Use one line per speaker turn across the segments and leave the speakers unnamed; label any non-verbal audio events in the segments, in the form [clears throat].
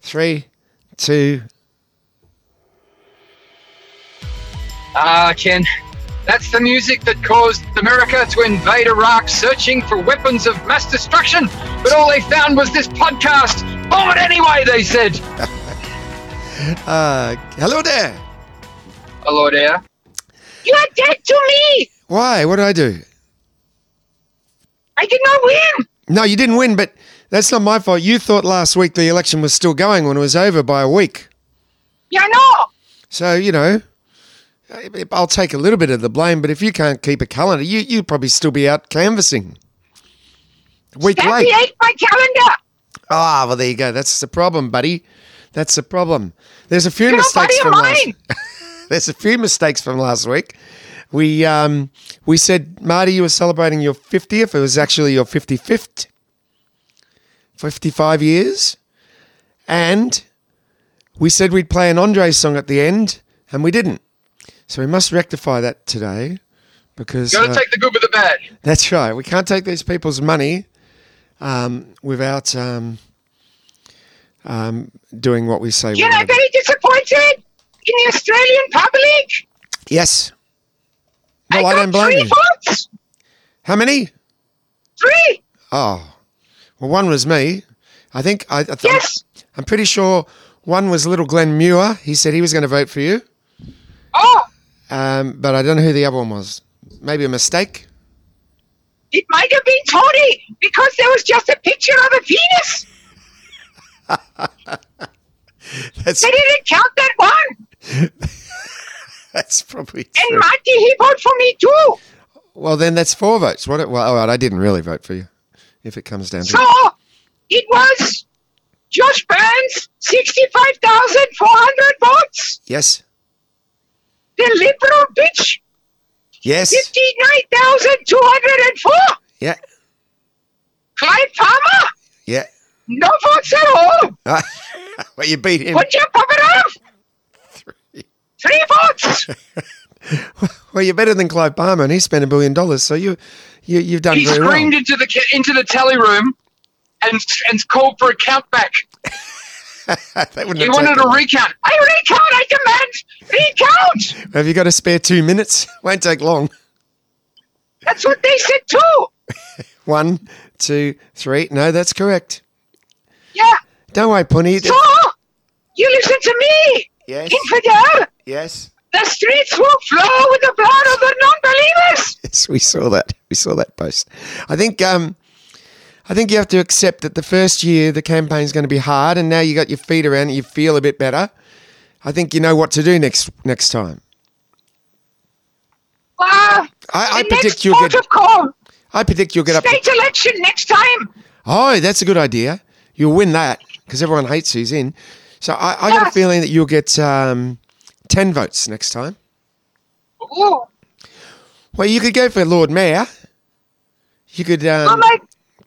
Three, two.
Ah, Ken, that's the music that caused America to invade Iraq searching for weapons of mass destruction. But all they found was this podcast. Bomb it anyway, they said.
Uh, hello there.
Hello there.
You are dead to me.
Why? What did I do?
I did not win.
No, you didn't win, but that's not my fault. You thought last week the election was still going when it was over by a week.
Yeah, no.
So, you know, I- I'll take a little bit of the blame, but if you can't keep a calendar, you, you'd probably still be out canvassing. A week
That
late.
ate my calendar.
Ah, well, there you go. That's the problem, buddy. That's the problem. There's a few
You're a
mistakes
buddy of
from last.
mine.
[laughs] There's a few mistakes from last week. We um, we said Marty, you were celebrating your 50th. It was actually your 55th. 55 years, and we said we'd play an Andre song at the end, and we didn't. So we must rectify that today, because
Gotta
uh,
take the good with the bad.
that's right. We can't take these people's money um, without um, um, doing what we say. we're
Ken, I'm
gonna do.
very disappointed in the Australian public.
Yes. Well, I,
I
don't
got
blame
three
you.
votes.
How many?
Three.
Oh, well, one was me. I think I. I th-
Yes.
I'm pretty sure one was little Glenn Muir. He said he was going to vote for you,
Oh,
um, but I don't know who the other one was. Maybe a mistake. [laughs]
it might have been Tony because there was just a picture of a penis.
That's
They didn't count that one.
that's probably
And
true.
Marty, he voted for me too.
Well, then that's four votes. What? it- Well, all right. I didn't really vote for you. If it comes down to
So
it.
it was Josh Burns, 65,400 votes.
yes,
The liberal bitch,
yes,
59,204.
yeah,
Clive Palmer,
yeah.
no votes at all.
[laughs] well, you beat him.
Would you pop it off? Three votes.
Well, you're better than Clive Palmer, and he spent a billion dollars. So you, you, you've done
He
very well. [laughs]
screamed into the ca- into the tally room and and called for a count back.
That wouldn't
He
have
wanted
taken-
a recount.
I recount, I demand recount.
Have you got a spare two minutes? [laughs] Won't take long.
That's what they said too.
One, two, three. No, that's correct.
Yeah.
Don't worry, Punny.
So you listen to me,
Yes,
infidel.
yes.
The streets will flow with the blood of the non-believers.
Yes, we saw that. We saw that post. I think um, I think you have to accept that the first year the campaign's going to be hard, and now you got your feet around it, you feel a bit better. I think you know what to do next next time.
Wow.
I, I
Uh, the next
predict you'll
port
get.
of call,
I predict you'll get up. to-
state election next time.
Oh, that's a good idea. You'll win that because everyone hates who's in. So I, I got a
Yes.
feeling that you'll get um, 10 votes next time.
Ooh,
Well, you could go for Lord Mayor. You could
oh
um,
my,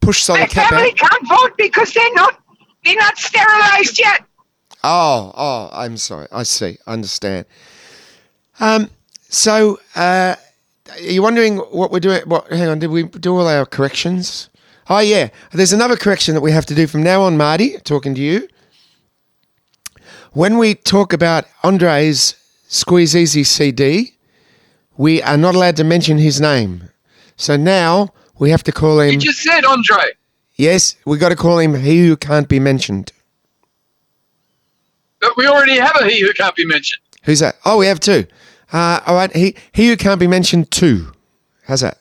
push Solar
my
Cap
family
out.
can't vote because they're not they're not sterilized yet.
Oh, oh, I'm sorry. I see. I understand. Um, so uh, are you wondering what we're doing? What? Hang on. Did we do all our corrections? Oh, yeah. There's another correction that we have to do from now on, Marty, talking to you. When we talk about Andre's Squeeze Easy CD, we are not allowed to mention his name. So now we have to call him.
He just said, Andre.
Yes, we got to call him he who can't be mentioned.
But we already have a he who can't be mentioned.
Who's that? Oh, we have two. Uh, all right, he he who can't be mentioned two. How's that?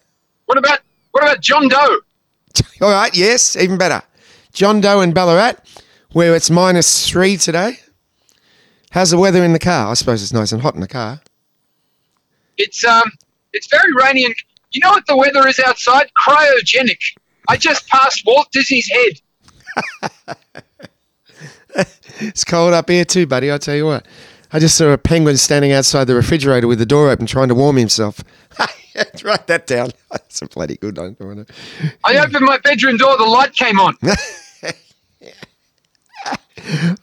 What about what about John Doe?
All right, yes, even better. John Doe and Ballarat, where it's minus three today. How's the weather in the car? I suppose it's nice and hot in the car.
It's um, it's very rainy, and you know what the weather is outside? Cryogenic. I just passed Walt Disney's head.
It's cold up here too, buddy. I tell you what. I just saw a penguin standing outside the refrigerator with the door open, trying to warm himself. [laughs] Write that down. [laughs] That's a bloody good one. wasn't it?
I
Hmm.
opened my bedroom door. The light came
[laughs]
on.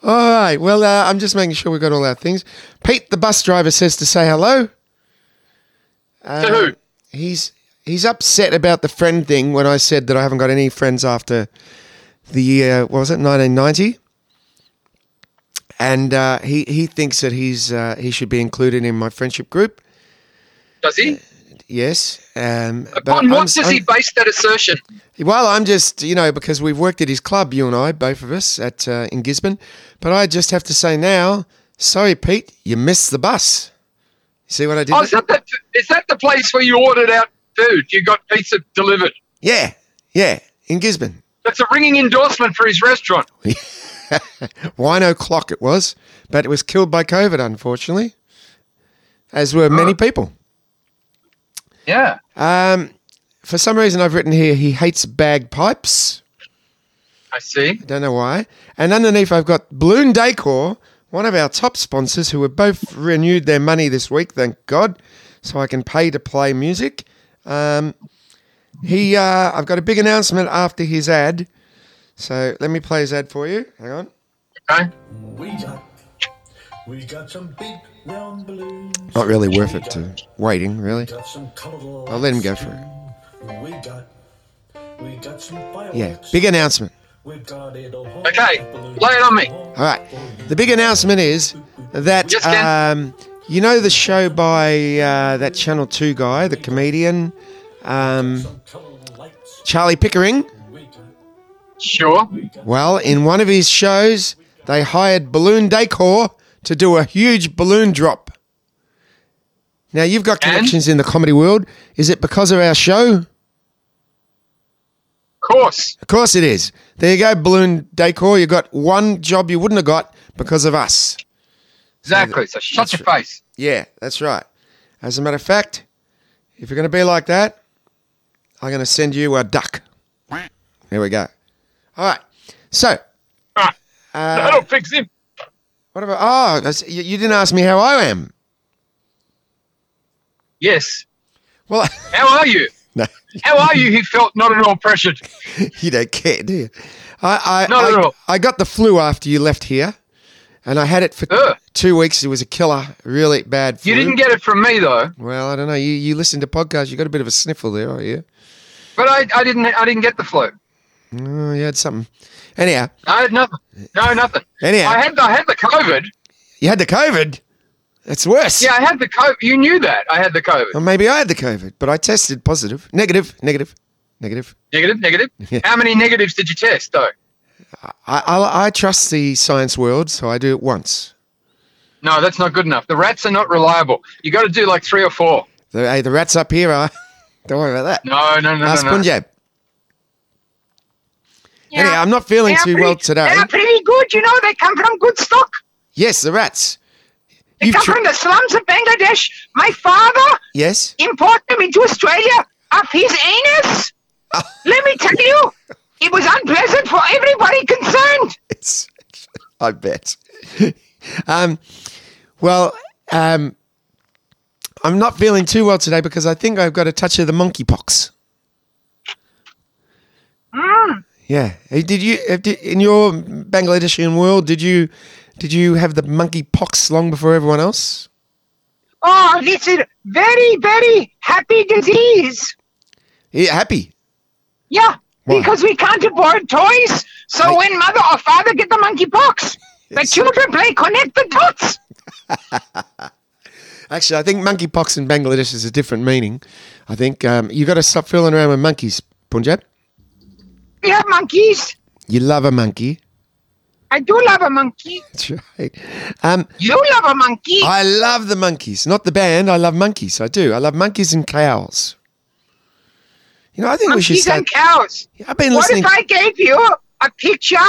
All right. Well, uh, I'm just making sure we've got all our things. Pete, the bus driver, says to say hello.
to who?
He's he's upset about the friend thing when I said that I haven't got any friends after the year. What was it 1990? and uh, he he thinks that he's uh, he should be included in my friendship group.
Does he?
Yes. Um,
Upon
I'm-
what does he
I'm-
base that assertion?
Well, I'm just you know because we've worked at his club, you and I, both of us at uh, in Gisborne, but I just have to say now, sorry, Pete, you missed the bus. You see what I did?
Oh,
there?
is that the is that the place where you ordered out food? You got pizza delivered.
Yeah, yeah, in Gisborne.
That's a ringing endorsement for his restaurant.
Wino clock it was, but it was killed by COVID, unfortunately, as were many people.
Yeah.
Um, for some reason, I've written here he hates bagpipes.
I see.
Don't know why. And underneath, I've got Balloon Decor, one of our top sponsors, who have both renewed their money this week, thank God, so I can pay to play music. Um, he, uh, I've got a big announcement after his ad, so let me play his ad for you. Hang on.
Okay.
We don't. We got some big round balloons.
Not really worth
We
it to
got-
waiting, really.
Got some colourful
I'll let him go
lights
for
too. We got. We got some fireworks.
Yeah, big announcement.
We got it all.
Okay, lay it on me.
All right. The big announcement is that
Yes, Ken.
um, you know the show by uh, that Channel Two guy, the comedian um,
Some colourful lights.
Charlie Pickering.
We got.
Sure.
Well, in one of his shows, they hired Balloon Decor to do a huge balloon drop. Now you've got
And?
connections in the comedy world. Is it because of our show?
Of course.
Of course it is. There you go, Balloon Decor. You got one job you wouldn't have got because of us.
Exactly. So shut
That's
your
right.
face.
Yeah, that's right. As a matter of fact, if you're going to be like that, I'm going to send you a duck. There we go. All right. So,
Ah,
uh,
That'll fix him.
what about? Oh, that's- you, you didn't ask me how I am.
Yes.
Well, [laughs]
How are you?
no,
How are you? He felt not at all pressured.
you don't care, do you? I, I,
Not
I,
at all.
I got the flu after you left here, and I had it for
Ugh.
two weeks. It was a killer, really bad. Flu.
You didn't get it from me though.
Well, I don't know. You you listen to podcasts. You got a bit of a sniffle there, are you?
But I, I didn't I didn't get the flu.
Oh, you had something. Anyhow,
I had nothing. No, nothing.
anyhow.
I had the, I had the COVID.
You had the COVID. That's worse.
Yeah, I had the COVID. You knew that I had the
Or
COVID.
maybe I had the COVID, but I tested positive, negative, negative, negative.
Negative, negative.
Yeah.
How many negatives did you test though?
I, I I trust the science world, so I do it once.
No, that's not good enough. The rats are not reliable. You got to do like three or four.
The, hey, the rats up here are. [laughs] Don't worry about that. Ah,
No, no, no,
Ask
no, no.
Punjab. Anyway, I'm not feeling
They are
too
pretty-
well today.
They are pretty good, you know. They come from good stock.
Yes, the rats.
They
You've
come
tri-
from the slums of Bangladesh. My father
yes.
imported them into Australia of his anus.
Ah.
Let me tell you, it was unpleasant for everybody concerned.
Yes, [laughs] I bet. um, well, um, I'm not feeling too well today because I think I've got a touch of the monkeypox. Yeah. Hey, Did you eh, did, in your Bangladeshi world? Did you did you have the monkeypox long before everyone else?
Oh, this is very, very happy disease.
Yeah, happy.
Yeah,
Why?
because we can't afford toys. So
Like-
when mother or father get the monkeypox, the children play connect the dots.
Actually, I think monkeypox in Bangladesh is a different meaning. I think um, you got to stop fooling around with monkeys, Punjab.
We have monkeys.
You love a monkey. [laughs]
I do love a monkey.
That's right. Um,
You love a monkey.
[laughs] I love the monkeys, not the band. I love monkeys. I do. I love monkeys and cows. You know, I think we should
monkeys
start.
and cows.
I've been
What
listening.
if I gave you a picture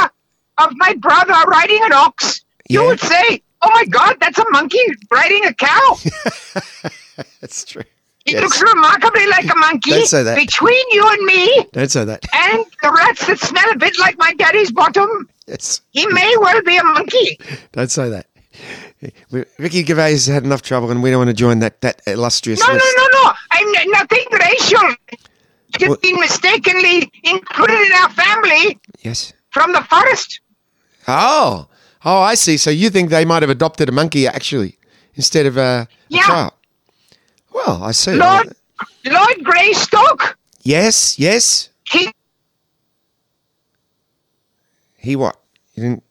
of my brother riding an ox? You
Yeah.
would say, "Oh my God, that's a monkey riding a
[laughs]
cow.
[laughs] That's true.
It
Yes.
looks remarkably like a monkey."
Don't say that.
Between you and me
Don't say that. [laughs]
and the rats that smell a bit like my daddy's bottom,
Yes.
he may well be a monkey.
Don't say that. We- Ricky Gervais has had enough trouble, and we don't want to join that that illustrious
No, no,
list.
no, no. I'm n- nothing racial. Just
What-
been mistakenly included in our family
Yes.
from the forest.
Oh, oh, I see. So you think they might have adopted a monkey actually instead of a,
Yeah.
a child? Well, I see.
Lord, Lord Greystoke.
Yes, yes.
He
He what? You didn't.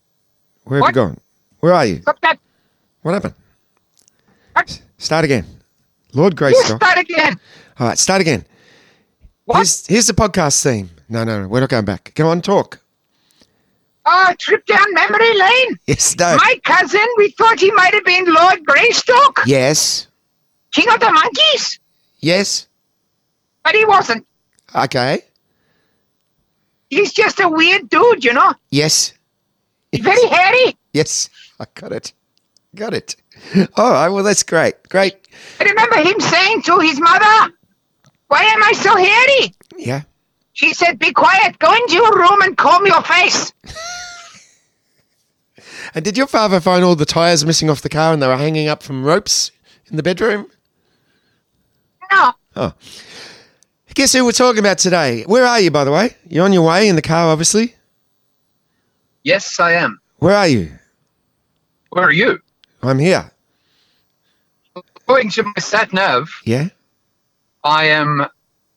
Where have
What?
you gone? Where are you?
Stop that.
What happened?
What?
Start again. Lord
You
Greystock.
start again.
All right, start again.
What?
Here's, here's the podcast theme. No, no, no, we're not going back. Go on, talk.
Oh, trip down memory lane.
Yes, no.
My cousin, we thought he might have been Lord Greystock,
Yes,
King of the Monkeys,
yes.
but he wasn't.
Okay.
He's just a weird dude, you know.
Yes,
He's very hairy.
yes. I got it. Got it. All right, well, that's great. Great.
I remember him saying to his mother, Why am I so hairy?
Yeah.
She said, Be quiet, go into your room and comb your face.
And did your father find all the tires missing off the car and they were hanging up from ropes in the bedroom?
No,
Guess who we're talking about today? Where are you, by the way? You're on your way in the car, obviously.
Yes, I am.
Where are you?
Where are you?
I'm here.
According to my sat nav,
Yeah.
I am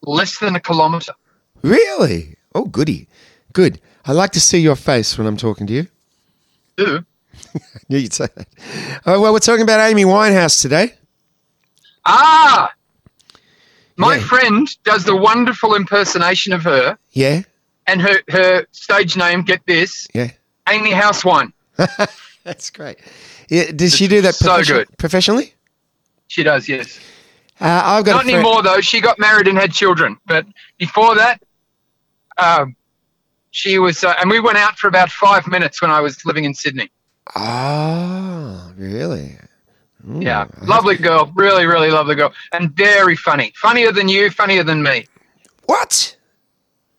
less than a kilometre.
Really? Oh, goody. Good. I like to see your face when I'm talking to you. [laughs]
Do
I knew you'd say that. Oh, well, we're talking about Amy Winehouse today.
ah, my
Yeah.
friend does the wonderful impersonation of her,
Yeah.
and her her stage name. Get this,
Yeah.
Amy Housewine.
That's great. Yeah, does she do that
So
profession-
good.
professionally?
She does, yes.
Uh, I've got
Not
a friend-
anymore though. She got married and had children, but before that, um, she was. Uh, and we went out for about five minutes when I was living in Sydney.
Ah, really? Ooh,
Yeah, lovely girl, really, really lovely girl, and very funny. Funnier than you, funnier than me.
What?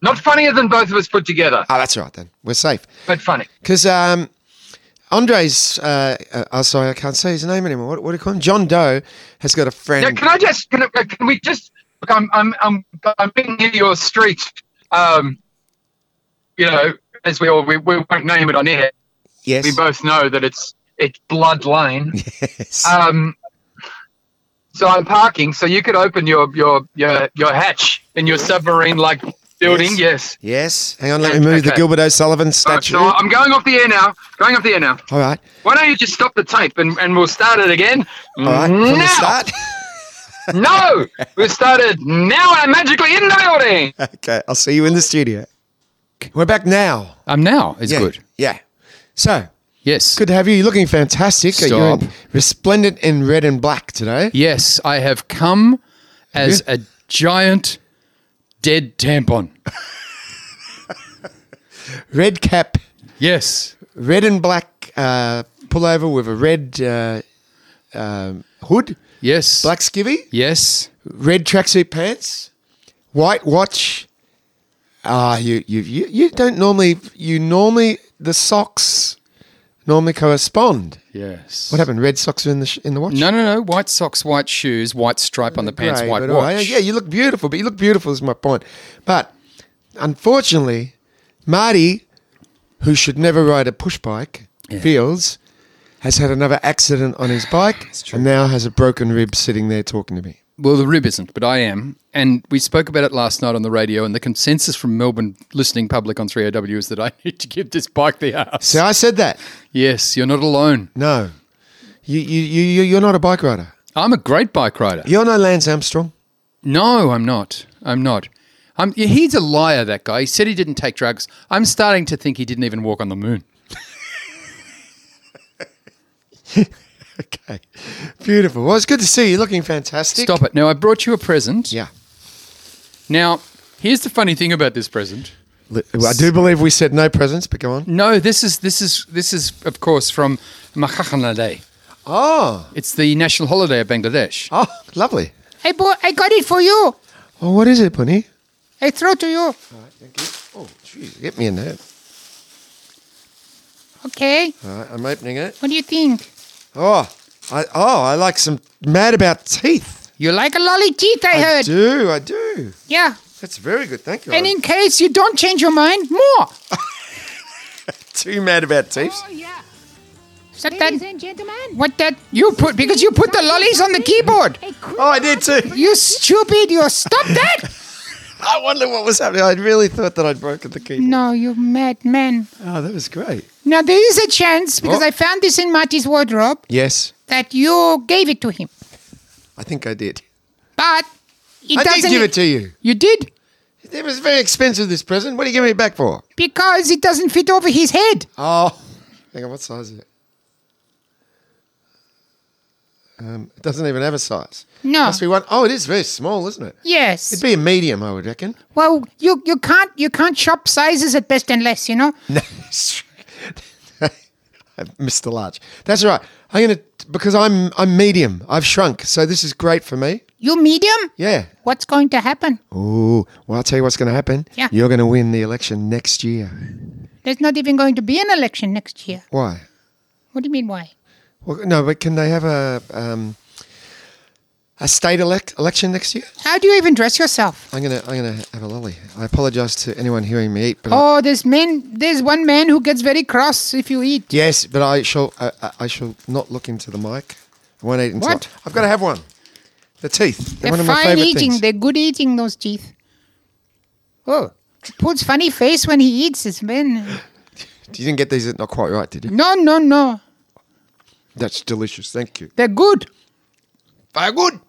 Not funnier than both of us put together,
Oh, that's all right then. We're safe.
but funny.
Because um, Andre's, uh, uh, oh, sorry, I can't say his name anymore. What, what do you call him? John Doe has got a
Now,
friend.
can I just? Can, I- can we just? Look, I'm, I'm, I'm, I'm being near your street. Um, you know, as we all we, we won't name it on air.
yes.
We both know that it's it's Blood Lane.
[laughs] yes.
Um, so I'm parking. So you could open your your your, your hatch in your submarine like building. Yes.
yes. Hang on, let me move the
okay.
Gilbert O'Sullivan
All right,
statue.
so I'm going off the air now. Going off the air now.
all right.
Why don't you just stop the tape and, and we'll start
[laughs]
it again?
All right. From
now.
the start. [laughs]
no, we started now. and I'm magically in the building.
okay. I'll see you in the studio. We're back now.
I'm now. It's
yeah.
good.
Yeah. So
Yes.
good to have you. You're looking fantastic. You're
Stop.
in- resplendent in red and black today.
Yes, I have come as a giant dead tampon.
Red cap,
Yes.
red and black uh, pullover with a red uh, um, hood,
Yes.
black skivvy.
Yes.
red tracksuit pants, white watch. Ah, you, you you you don't normally you normally the socks normally correspond.
Yes.
What happened? Red socks are in the sh- in the watch.
No, no, no. White socks, white shoes, white stripe on the pants,
Grey,
white
but all right.
watch.
Yeah, you look beautiful, but you look beautiful is my point. But unfortunately, Marty, who should never ride a push bike, feels has had another accident
[sighs]
on his bike and now has a broken rib sitting there talking to me.
Well, the rib isn't, but I am. And we spoke about it last night on the radio, and the consensus from Melbourne listening public on 3AW is that I [laughs] need to give this bike the ass.
So I said that.
Yes, you're not alone.
No. You, you, you, you- you're not a bike rider.
I'm a great bike rider.
You're no Lance Armstrong. [laughs]
No, I'm not. I'm not. I'm, yeah, he's a liar, that guy. He said he didn't take drugs. I'm starting to think he didn't even walk on the moon.
Okay. Beautiful. Well, it's good to see you. Looking fantastic.
Stop it. Now, I brought you a present.
Yeah.
Now, here's the funny thing about this present.
Li- well, I do believe we said no presents, but go on.
No, this is, this is, this is of course, from Makhakhana Day.
Oh,
It's the national holiday of Bangladesh.
oh, lovely.
I bought, I got it for you.
Oh, what is it, Bunny?
I throw to you.
Thank you. Oh, jeez, get me in there.
Okay.
All right, I'm opening it.
What do you think?
Oh, I oh, I like some mad about teeth.
You like a lolly teeth, I,
I
heard.
do, I do.
Yeah.
That's very good. Thank you.
And
I'm
in case you don't change your mind, more.
[laughs] too mad about teeth.
Is that that?
and gentlemen,
What that? You put, because you put the lollies on the keyboard.
Oh, I did too.
You stupid. You stop that.
[laughs] I wonder what was happening. I really thought that I'd broken the keyboard.
No, you mad man.
Oh, that was great.
Now, there is a chance, because
What?
I found this in Marty's wardrobe,
Yes,
that you gave it to him.
I think I did.
But it
I
doesn't. e-
did give it to you.
You did?
It was very expensive, this present. What are you giving me back for?
Because it doesn't fit over his head.
Oh, hang on, what size is it? Um, it doesn't even have a size.
No.
Must be one oh it is very small, isn't it?
Yes.
It'd be a medium, I would reckon.
Well, you you can't you can't shop sizes at best and less, you know.
[laughs] No, I've missed the large. That's all right. I'm gonna because I'm I'm medium. I've shrunk, so this is great for me.
You medium.
Yeah.
What's going to happen?
Ooh. Well, I'll tell you what's going to happen.
Yeah.
You're going to win the election next year.
There's not even going to be an election next year.
Why?
What do you mean? Why?
Well, no, but can they have a um, a state elect election next year?
How do you even dress yourself?
I'm gonna I'm gonna have a lolly. I apologise to anyone hearing me eat, but I-
Oh, there's men. There's one man who gets very cross if you eat.
yes, but I shall I, I- I shall not look into the mic. I won't eat until
What?
I've got to have one. The teeth. They're
They're
one of my
fine
favourite
eating.
things.
They're good eating those teeth. Oh, he puts funny face when he eats. It's men.
You didn't get these not quite right, did you?
No, no, no.
That's delicious. Thank you.
They're good.
Very good.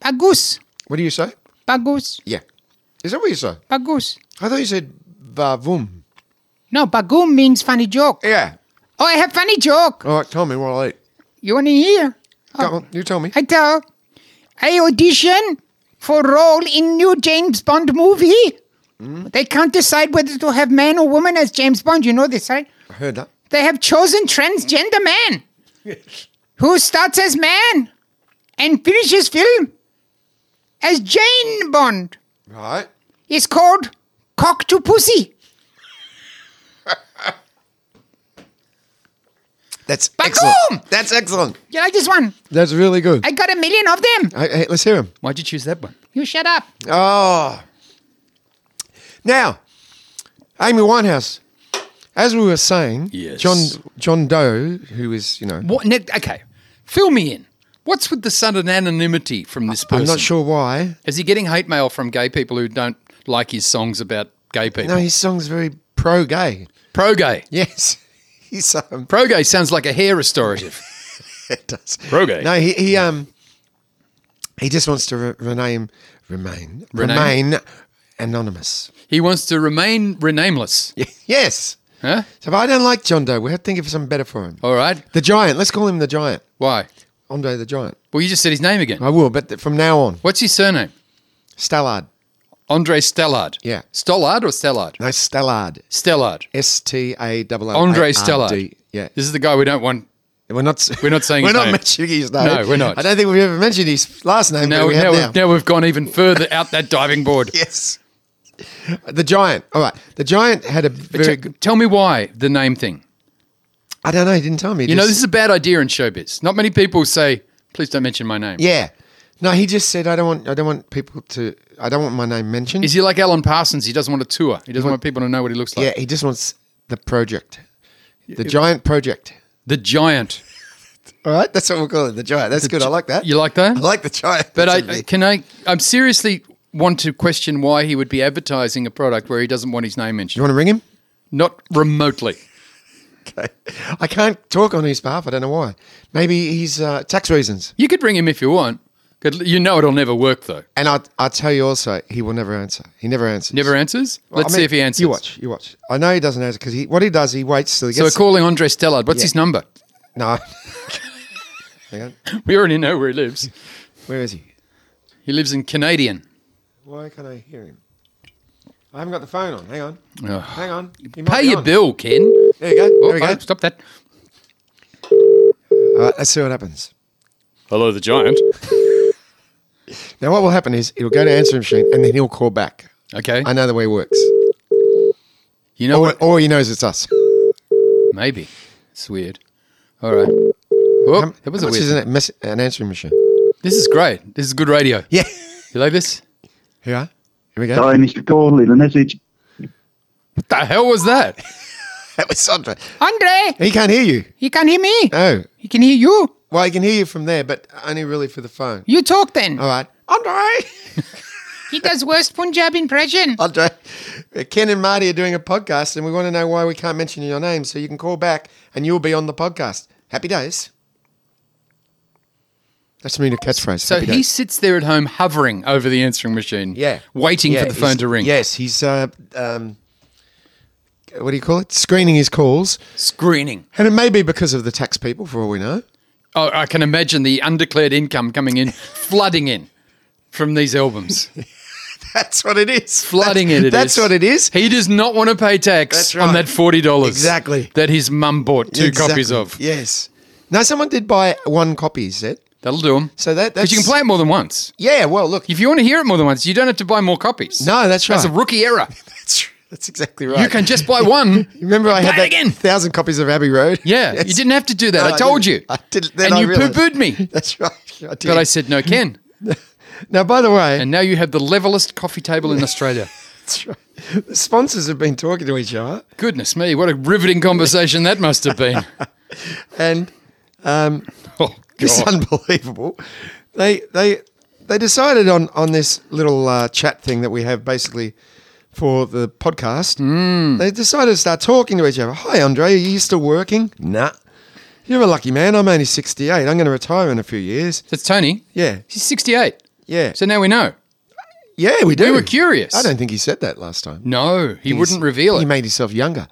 Bagus,
What do you say?
bagus,
Yeah. Is that what you say?
bagus.
I thought you said vavum.
No, bagum means funny joke.
Yeah.
Oh, I have funny joke.
All right, tell me what I'll eat.
You want to hear?
Come on, you tell me.
I tell. I audition for role in new James Bond movie. They can't decide whether to have man or woman as James Bond. You know this, right?
I heard that.
They have chosen transgender man who starts as man and finishes film as Jane Bond.
Right.
It's called Cock to Pussy.
That's
Vavum!
excellent. That's excellent.
You like this one?
That's really good.
I got a million of them.
Hey, hey, let's hear him.
Why'd you choose that one?
You shut up.
Oh. Now, Amy Winehouse. As we were saying,
Yes.
John John Doe, who is you know,
What? Nick, okay, fill me in. What's with the sudden anonymity from this person?
I'm not sure why.
Is he getting hate mail from gay people who don't like his songs about gay people?
No, his song's very pro-gay. [laughs]
Pro gay.
Yes, he's um,
Pro gay sounds like a hair restorative.
[laughs] it does.
Pro-gay.
No, he, he um, he just wants to re- rename, remain,
Rename?
remain anonymous.
he wants to remain renameless.
Yes.
Huh?
So but I don't like John Doe. We have to think of something better for him.
All right.
The Giant. Let's call him the Giant.
Why?
Andre the Giant.
Well, you just said his name again.
I will, but th- from now on,
What's his surname?
Stallard.
Andre Stellard.
Yeah.
Stollard or Stellard?
No, Stallard.
Stellard.
S T A double O. A
Andre
R D.
Stellard.
Yeah,
This is the guy we don't want.
we're not.
[laughs] We're not
[laughs]
saying
we're
his
not
name.
mentioning his name.
No, we're not.
I don't think we've ever mentioned his last name.
Now,
but we
now,
have now.
we've, now we've gone even further out that diving board.
Yes. The giant. All right. The giant had a very.
T-
good,
Tell me why the name thing.
I don't know. He didn't tell me. He
You know,
just-
this is a bad idea in showbiz. Not many people say, please don't mention my name.
Yeah. No, he just said I don't want. I don't want people to. I don't want my name mentioned.
Is he like Alan Parsons? He doesn't want a tour. He doesn't want people to know what he looks like.
yeah. He just wants the project. The giant project.
The giant.
All right. That's what we'll call it. The giant. That's good. I like that.
You like that?
I like the giant.
but
That's
I,
a bit-
can I? I'm seriously want to question why he would be advertising a product where he doesn't want his name
you
mentioned.
want to ring him?
Not remotely.
Okay. I can't talk on his behalf. I don't know why. Maybe he's uh, tax reasons.
You could ring him if you want. 'Cause You know it'll never work though.
And I, I tell you also, he will never answer. He never answers.
Never answers.
Well, I
Let's see
mean,
if he answers.
You watch. You watch. I know he doesn't answer because he, what he does, he waits till he
So we're
gets.
calling Andre Stellard. What's
[laughs]
his number?
No. Hang on.
We already know where he lives.
Where is he?
He lives in Canadian.
Why can't I hear him? I haven't got the phone on. Hang on.
Ugh.
Hang on. He might
Pay
be
your
on.
bill, Ken.
There you go.
Oh,
there we go.
oh, Stop that.
All right, let's see what happens.
Hello, the giant.
Now, what will happen is it'll go to answering machine and then he'll call back.
Okay.
I know Oh, the way it works.
You know
Or,
what?
or he knows it's us.
Maybe. It's weird. All right.
How-
Oh, that was
how
a
much
weird.
is an, mess- an answering machine?
This is great. This is good radio.
[laughs] Yeah.
You like this?
Here, we are. here we go.
Hi, Mr. Cole, leave a message.
What the hell
[laughs]
was that?
That was Sandra.
Andre,
He can't hear you.
he can hear me.
No.
He can hear you.
Well, he can hear you from there, but only really for the phone.
You talk then.
All right. Andre.
He does worst Punjab impression.
[laughs] Andre, Ken and Marty are doing a podcast, and we want to know why we can't mention your name. So you can call back, and you'll be on the podcast. Happy days. That's me new catchphrase.
So
Happy
he
days.
sits there at home hovering over the answering machine.
yeah,
Waiting
Yeah,
for the phone
he's-
to ring.
Yes, he's uh, um, what do you call it? Screening his calls,
Screening.
and it may be because of the tax people, for all we know. [laughs]
Oh, I can imagine the undeclared income coming in, flooding in from
[laughs]
these albums.
That's what it is.
flooding
that's,
it. it
That's
is.
what it is.
He does not want to pay tax
That's
on
right.
that forty dollars
Exactly.
that his mum bought two
Exactly.
copies of.
Yes. No, someone did buy one copy. Is it?
That'll do him.
So that that's
But you can play it more than once.
Yeah. Well, look.
If you want to hear it more than once, you don't have to buy more copies.
No, that's right.
That's a rookie error.
That's, that's exactly [laughs] right.
You can just
[laughs]
buy one.
Remember, I had
Play it
that
again.
thousand copies of Abbey Road. [laughs]
Yeah,
Yes.
you didn't have to do that.
No,
I told
didn't.
you.
[laughs] I did, then
and
I
you poo
realised. [laughs]
pooed me.
That's right. I did.
But I said, no, Ken.
now, by the way,
And now you have the levelest coffee table in Australia.
[laughs] that's right. the sponsors have been talking to each other,
Goodness me, what a riveting conversation that must
[laughs]
have been.
and [laughs]
Oh,
it's
God.
unbelievable. They they they decided on on this little uh, chat thing that we have basically for the podcast.
Hmm.
They decided to start talking to each other. Hi, Andre, are you still working? Nah. You're a lucky man. I'm only 68. I'm going to retire in a few years.
That's Tony.
Yeah.
He's 68.
Yeah.
So now we know.
yeah, we do.
We were curious.
I don't think he said that last time.
No, he
He's-
wouldn't reveal
He
it.
made himself younger.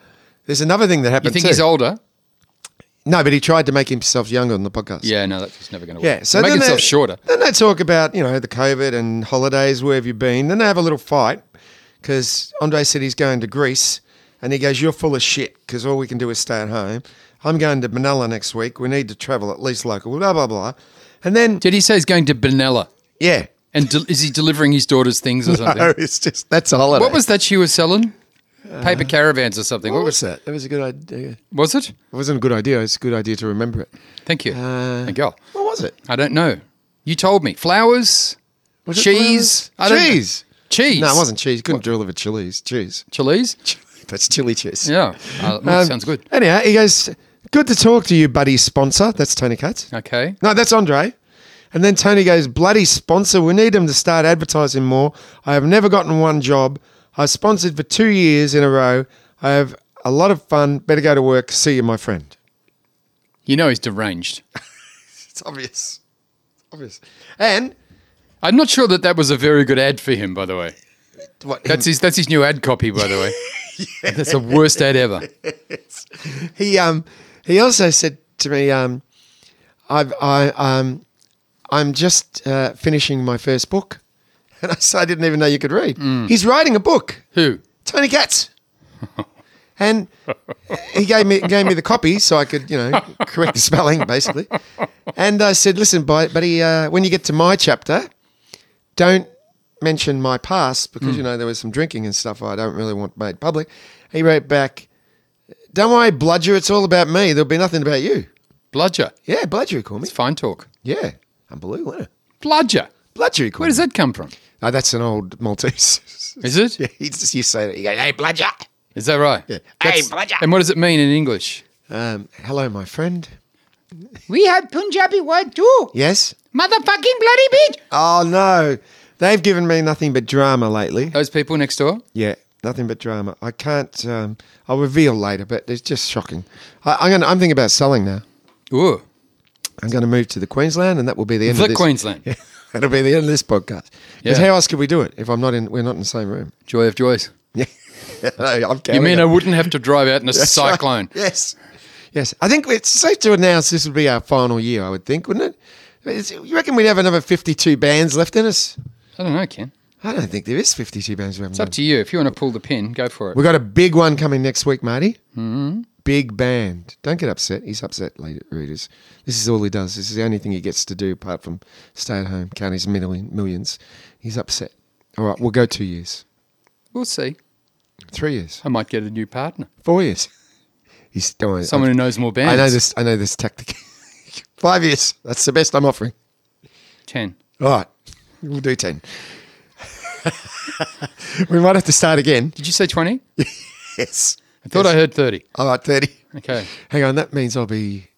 There's another thing that
You
happened
think
too.
he's older?
No, but he tried to make himself younger on the podcast.
Yeah, no, that's just never going to work.
Yeah. So
make
then
himself
they,
shorter.
Then they talk about you know the COVID and holidays. Where have you been? Then they have a little fight because Andre said he's going to Greece, and he goes, "You're full of shit because all we can do is stay at home. I'm going to Manila next week. We need to travel at least local. Blah blah blah." And then
Did he say he's going to Benella?
yeah,
And del is he delivering his daughter's things
[laughs]
or something?
no, it's just Oh, that's a holiday.
What was that she was selling? Paper caravans or something.
Uh, what
What was
was that? That was a good idea. It
was it?
wasn't a good idea. It's a good idea to remember it.
Thank you.
Uh,
Thank you.
What was it?
I don't know. You told me flowers,
Was it
cheese, I
flowers?
don't know.
cheese.
cheese.
No, it wasn't cheese. Couldn't deliver chilies. Cheese. [laughs]
chilies.
That's chili cheese.
Yeah, uh, well,
Um,
sounds good.
Anyhow, he goes, Good to talk to you, buddy sponsor. That's Tony Katz.
Okay.
No, that's Andre. And then Tony goes, Bloody sponsor. We need him to start advertising more. I have never gotten one job. I sponsored for two years in a row. I have a lot of fun. Better go to work. See you, my friend.
You know he's deranged.
It's obvious. Obvious. And
I'm not sure that that was a very good ad for him, by the way.
what,
That's his. That's his new ad copy, by the [laughs] way. That's the worst ad ever.
he um he also said to me um I've I um I'm just uh, finishing my first book, [laughs] and I said I didn't even know you could read. He's writing a book,
Who?
Tony Katz, and he gave me gave me the copy so I could you know correct the spelling basically, and I said, listen, bu- buddy, uh, when you get to my chapter, don't mention my past because you know there was some drinking and stuff I don't really want made public. He wrote back. Don't worry, Bludger. It's all about me. There'll be nothing about you.
Bludger.
Yeah, Bludger, he called me.
It's fine talk.
Yeah, unbelievable. Isn't it?
Bludger.
Bludger, he called
Where does
me.
that come from?
Oh, that's an old Maltese. [laughs]
Is it? Is
yeah, he just you say that. You go, hey, Bludger.
that right?
Yeah.
That's- And what does it mean in English?
Um, hello, my friend.
We have Punjabi word too.
Yes.
Motherfucking bloody bitch.
Oh no, they've given me nothing but drama lately.
Those people next door.
Yeah, nothing but drama. I can't. Um, I'll reveal later, but it's just shocking. I, I'm gonna. I'm thinking about selling now.
Ooh.
I'm going to move to the Queensland, and that will be the end
The
of this.
Queensland.
[laughs] That'll be the end of this podcast. Because
Yeah.
how else could we do it if I'm not in? We're not in the same room. [laughs]
Joy of joys.
Yeah, I'm
You
counting
mean
it.
I wouldn't have to drive out in a
That's right.
cyclone?
Yes. Yes. I think it's safe to announce this would be our final year, I would think, wouldn't it? Is- You reckon we'd have another 52 bands left in us?
I don't know, Ken.
I don't think there is 52 bands we haven't
It's up
done.
to you. If you want to pull the pin, go for it.
We've got a big one coming next week, Marty. Mm-hmm. Big band. Don't get upset. He's upset, later, readers. This is all he does. This is the only thing he gets to do apart from stay at home, count his million, millions. He's upset. All right, we'll go two years,
We'll see.
three years,
I might get a new partner.
four years. [laughs] He's doing
Someone who knows more bands.
I know this. I know this tactic. [laughs] Five years. That's the best I'm offering.
Ten.
All right, we'll do ten. [laughs] we might have to start again. [laughs]
Did you say twenty?
Yes.
I thought I heard thirty.
All right, thirty.
Okay.
Hang on. That means I'll be.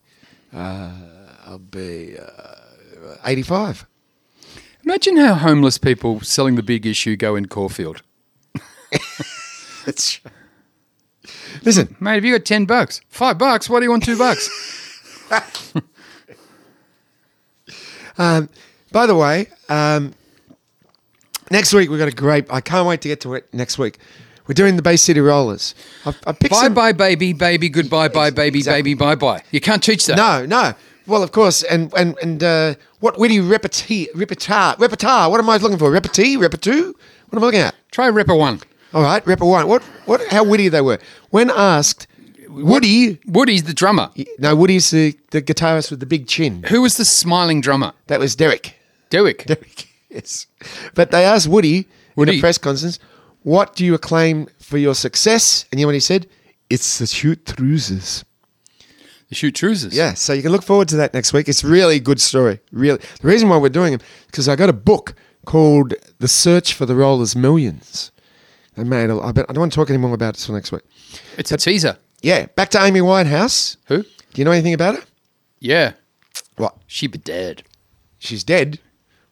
Uh, I'll be uh, eighty-five.
Imagine how homeless people selling the big issue go in Caulfield.
It's Listen,
Mate, have you got 10 bucks? Five bucks? Why do you want
[laughs]
two bucks?
by the way, um, next week we've got a great. I can't wait to get to it next week. We're doing the Bay City Rollers. I, I picked
bye
some-
bye, baby, baby, goodbye, bye, baby, baby, bye bye. You can't teach that.
No, no. Well, of course, and and and uh, what witty repartee, repertoire, repertoire? What am I looking for? Repartee, repertoire? What am I looking at?
Try Ripper One.
All right, rapper one. What what? How witty they were when asked. Woody,
Woody's the drummer.
no, Woody's the, the guitarist with the big chin.
Who was the smiling drummer?
That was Derek. [laughs]
Derek.
Derek, yes. But they asked Woody, in
Woody.
a press conference, what do you acclaim for your success? And you know what he said? It's the shoot throughs.
The shoot trousers.
Yeah, so you can look forward to that next week. It's really a good story. Really, the reason why we're doing it because I got a book called "The Search for the Rollers Millions. I made. A, I, bet, I don't want to talk any more about it till next week.
It's a teaser.
Yeah, back to Amy Winehouse.
Who?
Do you know anything about her?
Yeah.
What?
She be dead.
She's dead.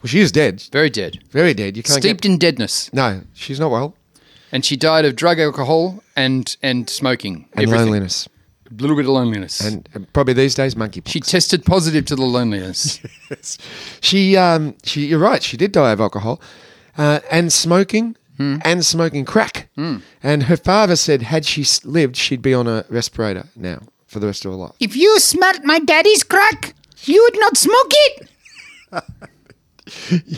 Well, she is dead.
Very dead.
Very dead. You can't
Steeped
get.
in deadness.
No, she's not well.
And she died of drug, alcohol, and and smoking.
And
Everything.
loneliness.
A little bit of loneliness.
And and probably these days, monkey.
she tested positive to the
[laughs]
loneliness.
She, um, she, you're right. She did die of alcohol, uh, and smoking,
Hmm.
and smoking crack. And her father said, had she s- lived, she'd be on a respirator now for the rest of her life.
If you smelt my daddy's crack, you would not smoke it.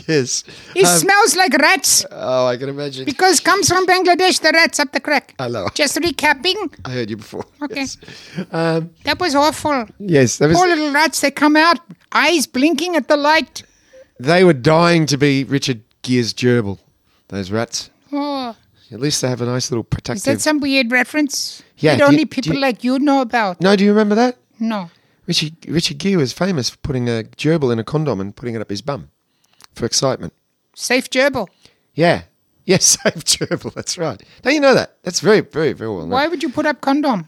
Yes.
It smells like rats
Um, Oh, I can imagine.
because comes from Bangladesh. The rats up the crack.
Hello.
Just recapping.
I heard you before.
[laughs] Okay.
Yes.
That was awful.
Yes, that was-
Poor little rats. They come out, eyes blinking at the light.
they were dying to be Richard Gere's gerbil. Those rats.
Oh,
At least they have a nice little protective.
is that some weird reference?
Yeah,
That
do you-
only
do
people
you-
like you know about.
no, do you remember that?
No.
Richard Richard Gere was famous for putting a gerbil in a condom and putting it up his bum for excitement.
Safe gerbil.
Yeah. [laughs] Yes, save gerbil. That's right. Don't you know that? That's very, very, very well known.
Why would you put up condom?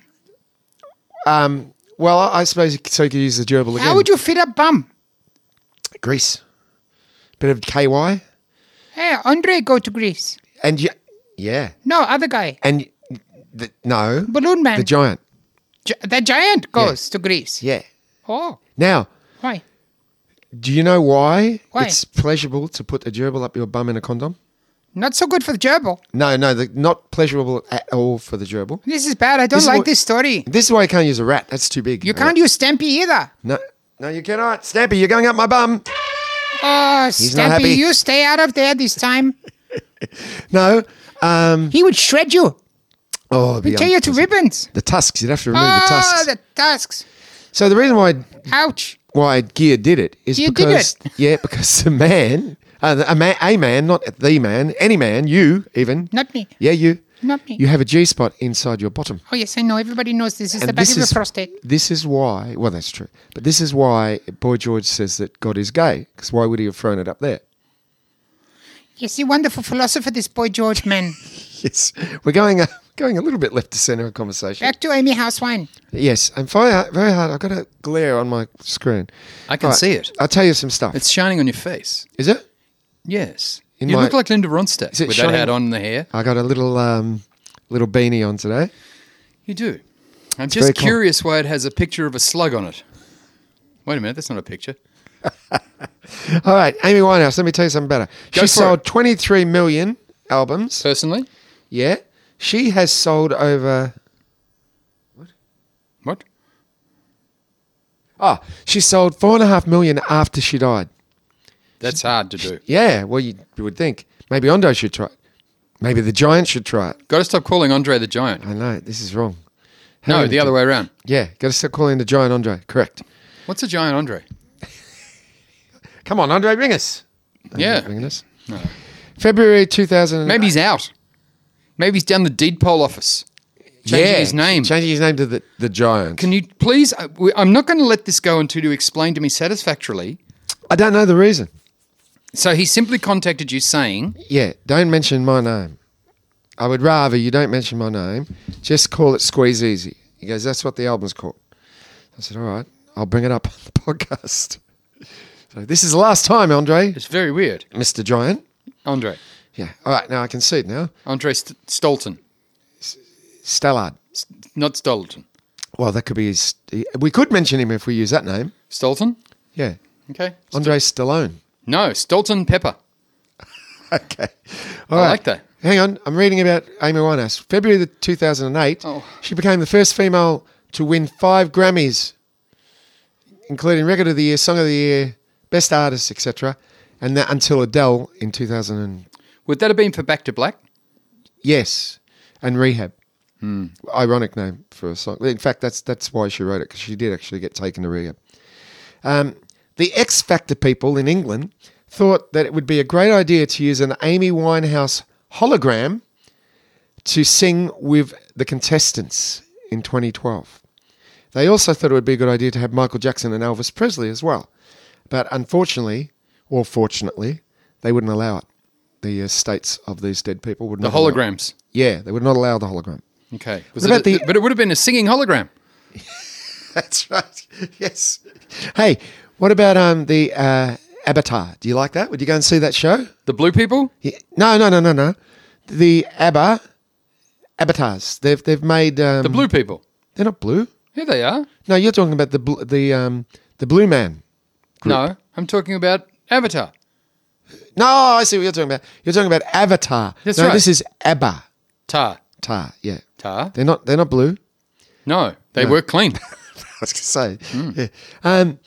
Um, well, I I suppose you could- so you could use the gerbil again.
How would you fit up bum?
Greece. Bit of KY.
Hey, Andre, go to Greece.
And you, yeah.
No, other guy.
And y- the, no.
Balloon man.
The giant.
Gi- the giant goes to Greece.
Yeah.
Oh,
Now,
why?
do you know why,
Why?
it's pleasurable to put a gerbil up your bum in a condom?
Not so good for the gerbil.
No, no, the, not pleasurable at all for the gerbil.
This is bad. I don't
This is
like
what-
this story.
This is why you can't use a rat. That's too big.
You can't use Stampy either.
No, no, you cannot. Stampy, you're going up my bum.
Oh,
not happy.
Stampy, you stay out of there this time.
No. Um,
He would shred you,
oh, it'd be
tear you to
unpleasant.
ribbons.
The tusks. You'd have to remove the
oh,
tusks.
the tusks.
So the reason why
Ouch.
why Gear did it is
Gear did
because [laughs] yeah, because the man, uh, a man, a man, not the man, any man, you even,
Not me.
yeah, you,
Not me.
you have a G spot inside your bottom.
Oh, yes, I know. Everybody knows this is the
And
back
this
of your
is
prostate.
this is why. Well, that's true, but this is why Boy George says that God is gay. Because why would he have thrown it up there? [laughs]
Yes, you wonderful philosopher, this boy George, man.
Yes, we're going uh, going a little bit left to center of conversation.
Back to Amy Housewine.
Yes, I'm very hard, very hard. I've got a glare on my screen.
I can
All right,
see it.
I'll tell you some stuff.
It's shining on your face.
is it?
Yes.
In
you
my-
look like Linda Ronstadt
Is it
with
shining-
that hat on and the hair.
I got a little um, little beanie on today.
You do.
very
I'm just
cool.
curious why it has a picture of a slug on it. Wait a minute, that's not a picture.
All right, Amy Winehouse. Let me tell you something better. she
Go for
sold
it. Uh,
23 million albums.
Personally,
Yeah, she has sold over.
what?
Oh, she sold four and a half million after she died.
That's hard to [laughs] do.
Yeah, well, you, you would think maybe Ondo should try it. Maybe the Giant should try it.
Got to stop calling Andre the Giant.
I know this is wrong. How
No,
do
the
you
other
do-
way around.
Yeah, got to stop calling the Giant Andre. Correct.
What's a giant Andre?
Come on, Andre, ring us.
Yeah.
Ring us. February 2000.
Maybe he's out. Maybe he's down the deed poll office. Changing
yeah,
his name.
Changing his name to the the Giant.
Can you please? I- we- I'm not going to let this go until you explain to me satisfactorily.
I don't know the reason.
So he simply contacted you saying,
Yeah, don't mention my name. I would rather you don't mention my name. Just call it Squeeze Easy. He goes, that's what the album's called. I said, all right, I'll bring it up on the [laughs] podcast. So this is the last time, Andre,
It's very weird.
Mr. Giant.
Andre.
Yeah. All right, now I can see it now.
Andre St- Stolten.
Stallard.
S- not Stolten.
Well, that could be his. We could mention him if we use that name.
Stolten?
Yeah.
Okay.
Andre Stallone.
No, Stolten Pepper.
[laughs] Okay.
I
All right.
like that.
Hang on, I'm reading about Amy Winehouse. February the 2008,
Oh.
she became the first female to win five Grammys, including Record of the Year, Song of the Year, Best Artist, etc. And that until Adele in 2000. And,
Would that have been for Back to Black?
yes, and Rehab. Ironic name for a song. In fact, that's that's why she wrote it because she did actually get taken to rehab. Um, the X Factor people in England thought that it would be a great idea to use an Amy Winehouse hologram to sing with the contestants in 2012. They also thought it would be a good idea to have Michael Jackson and Elvis Presley as well. But unfortunately, or fortunately, they wouldn't allow it. The estates of these dead people would
The
not. allow it.
holograms.
Yeah, they would not allow the
[laughs]
hologram.
Okay.
What
Was it
about
a-
the-
but it would have been a singing hologram.
That's right. Yes. Hey, what about um the uh, Avatar? Do you like that? Would you go and see that show?
The blue people?
Yeah. No, no, no, no, no. The ABBA avatars. They've they've made um,
The blue people.
They're not blue.
Here they are.
No, you're talking about the bl- the um the blue man.
No, I'm talking about Avatar.
No, I see what you're talking about. You're talking about Avatar.
That's
no,
right.
this is ABBA.
Tar.
Tar. Yeah.
Tar?
They're not. They're not blue.
No, they
[laughs]
were clean.
I was going to say. Yeah. Um,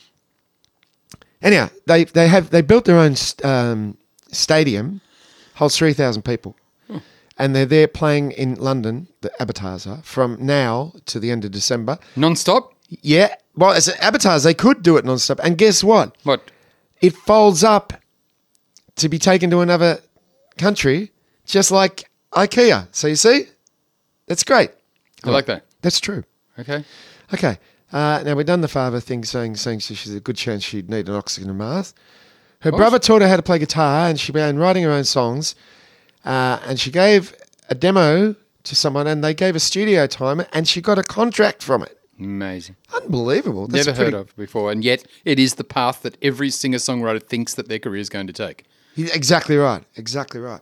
anyhow, they they have they built their own st- um, stadium, holds three thousand people, and they're there playing in London. The avatars are from now to the end of December.
Non-stop?
Yeah, well, as avatars, they could do it non-stop. And guess what?
What?
It folds up to be taken to another country, just like IKEA. So you see, that's great.
I like that.
That's true.
Okay.
Okay. Uh, now we've done the father thing, saying saying she- she's a good chance she'd need an oxygen mask. Her brother taught her how to play guitar, and she began writing her own songs. Uh, and she gave a demo to someone, and they gave a studio time, and she got a contract from it.
Amazing.
Unbelievable! That's
Never
pretty-
heard of before, and yet it is the path that every singer-songwriter thinks that their career is going to take.
Yeah, Exactly right. Exactly right.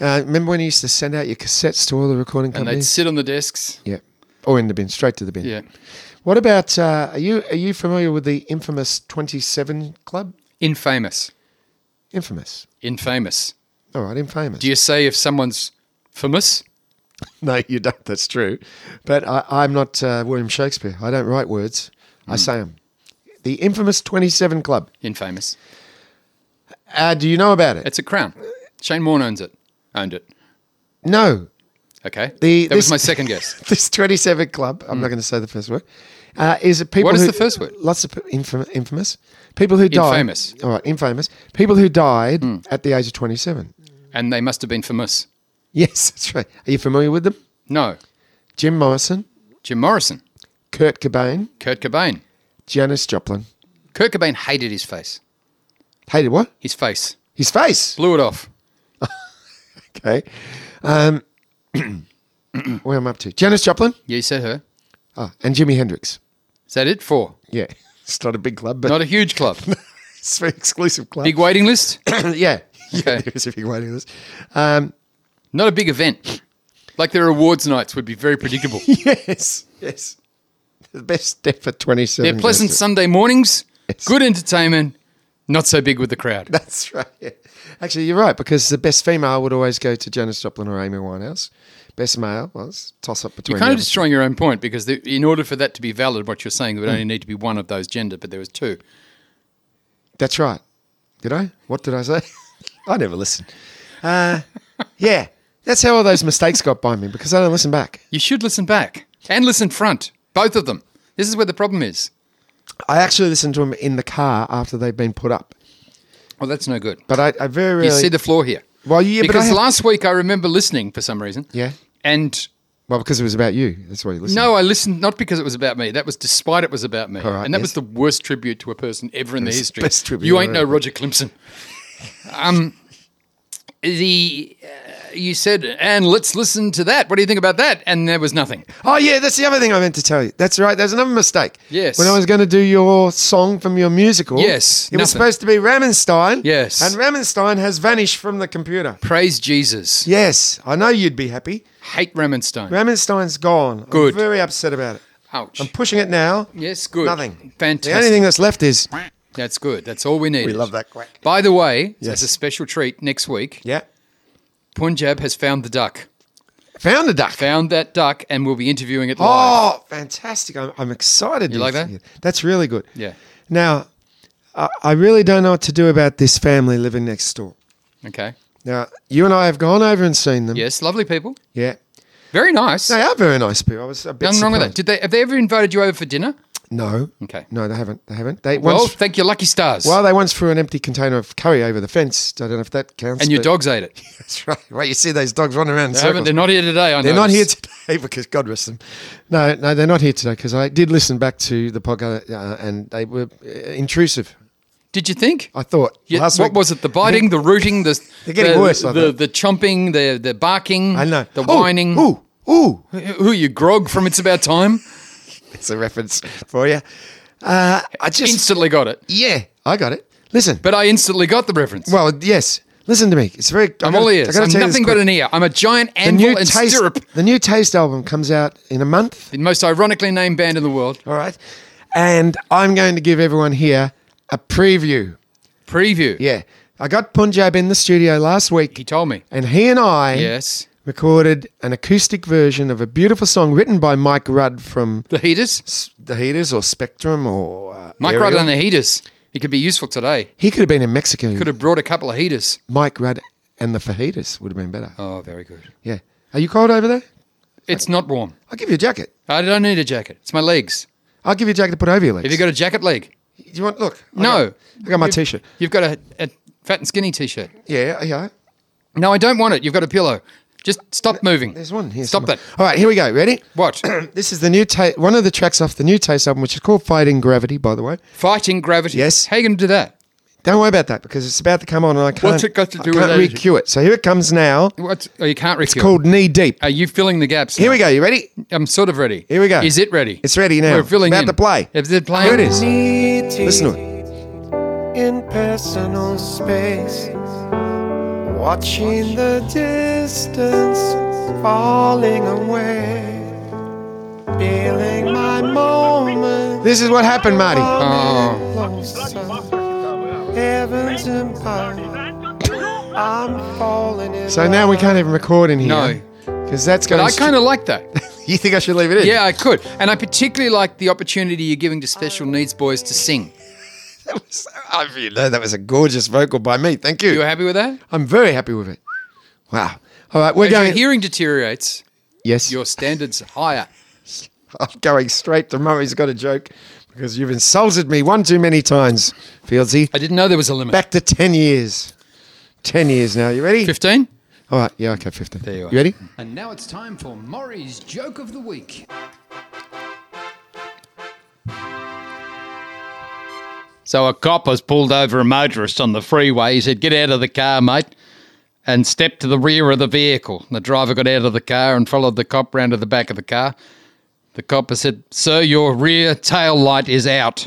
Uh, remember when you used to send out your cassettes to all the recording
And they'd
companies?
sit on the desks.
Yeah. Or in the bin, straight to the bin.
Yeah.
What about uh, are you are you familiar with the infamous Twenty Seven Club?
Infamous.
Infamous.
Infamous.
All right, infamous.
Do you say if someone's famous?
[laughs] No, you don't. That's true. But I, I'm not uh, William Shakespeare. I don't write words.
Hmm.
I say them. The infamous 27 Club.
Infamous.
Uh, do you know about it?
It's a crown. Shane Warne owns it. Owned it.
no. [laughs]
Okay.
The-
that
this-
was my second
[laughs]
guess.
This 27 Club, I'm not going to say the first word, uh, is it people
Hmm. What is
who-
the first word?
Lots of pe- infam- infamous. People who died.
Infamous. Hmm.
All right, infamous. People who died at the age of 27.
And they must have been famous.
[laughs] Yes, that's right. Are you familiar with them?
No.
Jim Morrison,
Jim Morrison.
Kurt Cobain,
Kurt Cobain.
Janis Joplin.
Kurt Cobain hated his face.
Hated what?
His face.
His face.
Blew it off.
Okay. Um, [clears throat] where am I up to? Janis Joplin
Yeah, you said her.
oh, and Jimi Hendrix.
Is that it? Four.
Yeah. [laughs] It's not a big club, but
Not a
[laughs]
huge club.
it's a very exclusive club.
Big waiting list?
[coughs]
[laughs]
yeah.
Okay.
[laughs] There is a big waiting list. Um,
Not a big event. Like their awards nights would be
[laughs]
very predictable.
yes. Yes. The best step for 27.
They're pleasant
goes
Sunday mornings,
Yes.
good entertainment, not so big with the crowd.
to- [laughs] That's right. yeah. Actually, you're right, because the best female would always go to Janis Joplin or Amy Winehouse. Best male was toss up between
You're kind
the
of
other
destroying your own point because the, in order for that to be valid, what you're saying, there would only need to be one of those gender, but there was two.
two. That's right. Did I? What did I
[laughs]
say? I never listen. Uh, yeah. That's how all those mistakes got by me because I don't listen back.
You should listen back and listen front, both of them. This is where the problem is.
I actually listen to them in the car after they've been put up.
Oh, that's no good.
But I, I very rarely.
You see the floor here.
Well, yeah, but I
because
have-
last week I remember listening for some reason.
Yeah.
and
well, because it was about you. That's why you listened.
no, I listened not because it was about me. That was despite it was about me,
All right,
and that
yes.
was the worst tribute to a person ever in the
It's the
history.
best tribute
you
I've
ain't no
ever-
Roger Clemson. um, the uh, you said, and let's listen to that. What do you think about that? And there was nothing.
Oh yeah, that's the other thing I meant to tell you. That's right. There's another mistake.
Yes.
When I was going to do your song from your musical,
Yes,
it was
nothing.
supposed to be Ramenstein.
Yes.
And Ramenstein has vanished from the computer.
Praise Jesus.
Yes, I know you'd be happy.
Hate Ramenstein.
Ramenstein's gone. I'm
Good.
very upset about it.
Ouch.
I'm pushing it now.
yes, good.
Nothing.
Fantastic.
The only thing that's left is
That's good. That's all we need.
we love that quack.
By the way,
Yes.
as a special treat next week,
Yeah.
Punjab has found the duck.
Found the duck.
Found that duck and we'll be interviewing it live.
Oh, fantastic! I'm, I'm excited.
You like that?
That's really good.
Yeah.
Now, I, I really don't know what to do about this family living next door.
Okay.
Now, you and I have gone over and seen them.
Yes, lovely people.
Yeah.
Very nice.
They are very nice people. I was a bit
Nothing wrong with
surprised.
that. Did they have they ever invited you over for dinner?
No.
Okay.
No, they haven't. They haven't. They
Well,
once.
thank your lucky stars.
well, they once threw an empty container of curry over the fence. I don't know if that counts.
and your
but-
dogs ate it.
[laughs] That's right. Well, you see those dogs running around. In
They
circles.
haven't, they're not here today. I
They're not here
noticed.
today [laughs] because God rest them. No, no, they're not here today because I did listen back to the podcast uh, and they were uh, intrusive.
Did you think?
I thought.
Yeah,
Oh, last
what
week-
was it? The biting, the rooting, the
[laughs] They're getting
the,
worse, I
The,
think.
the chomping, the the barking.
I know.
The
Oh,
whining.
Ooh, ooh.
Who are you, Grog from It's About Time?
[laughs] It's a reference for you. Uh, I just.
Instantly got it,
yeah, I got it. Listen.
but I instantly got the reference.
well, yes. Listen to me. It's very. I
I'm
gotta-
all
I
ears.
gotta
I'm
tell you this
nothing
quick.
but an ear. I'm a giant
The
anvil
new
and
taste.
stirrup.
The new taste album comes out in a month.
The most ironically named band in the world.
All right, and I'm going to give everyone here a preview.
Preview.
Yeah, I got Punjab in the studio last week.
He told me.
And he and I
Yes.
recorded an acoustic version of a beautiful song written by Mike Rudd from
The heaters.
S- the Heaters or Spectrum or uh,
Mike
Aerial.
Rudd and the heaters. He could be useful today.
He could have been in Mexico.
Could have brought a couple of heaters.
Mike Rudd and the Fajitas would have been better.
Oh, very good.
Yeah. Are you cold over there?
It's not warm.
I'll give you a jacket.
I don't need a jacket. It's my legs.
I'll give you a jacket to put over your legs.
Have you got a jacket leg?
Do you want? Look. I
No.
got- I got my t-shirt.
You've got a, a fat and skinny t-shirt.
Yeah. Yeah.
No, I don't want it. You've got a pillow. Just stop moving.
There's one here.
Stop
somewhere.
that.
All right. Here we go. Ready? [coughs]
What?
[clears throat] This is the new ta- one of the tracks off the new Taste album, which is called "Fighting Gravity." By the way,
Fighting gravity.
Yes.
How you going to do that?
don't worry about that because it's about to come on, and I can't.
What's it got to
I
do with
can't
energy?
re-cue it. So here it comes now.
What? Oh, you can't recall.
It's called Knee Deep.
Are you filling the gaps?
Here
now?
we go. You ready?
I'm sort of ready.
Here we go.
Is it ready?
It's ready now.
We're filling
About
in.
to play.
Is it
Here
playing?
it is. Listen to it.
in personal space, watching the distance falling away, feeling my moment
This is what happened, Marty.
Oh,
closer. Heaven's empire, I'm falling in
So now we can't even record in here.
No.
Because that's
but
going
I kind of like
[laughs]
that.
You think I should leave it in? [laughs]
Yeah, I could. And I particularly like the opportunity you're giving to special needs boys to sing.
I really know that was a gorgeous vocal by me. Thank you.
You happy with that?
I'm very happy with it. Wow. All right, we're
As your
going.
hearing deteriorates,
yes.
your standards higher.
[laughs] I'm going straight to Murray's Got a Joke because you've insulted me one too many times, e- Fieldsy.
I didn't know there was a limit.
Back to 10 years. 10 years now. You ready?
15?
All right. Yeah, okay, 15.
There you are.
You ready?
And now it's time for Maury's joke of the week. So a cop has pulled over a motorist on the freeway. He said, "Get out of the car, mate." And stepped to the rear of the vehicle. The driver got out of the car and followed the cop round to the back of the car. The cop said, Sir, your rear tail light is out.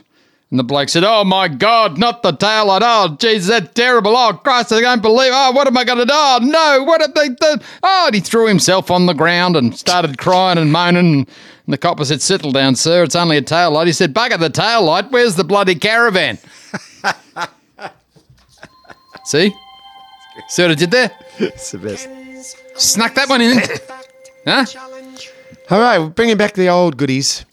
And the bloke said, Oh my God, not the tail light. Oh, jeez, that's terrible. Oh, Christ, I don't believe. Oh, what am I going to do? Oh, no, what have they done? Oh, and he threw himself on the ground and started crying and moaning. And the cop said, Settle down, sir. It's only a tail light. He said, Bugger the tail light. Where's the bloody caravan? [laughs] See? See what I did there?
It's the best.
Snuck that one in. [coughs] huh?
All right, we're bringing back the old goodies.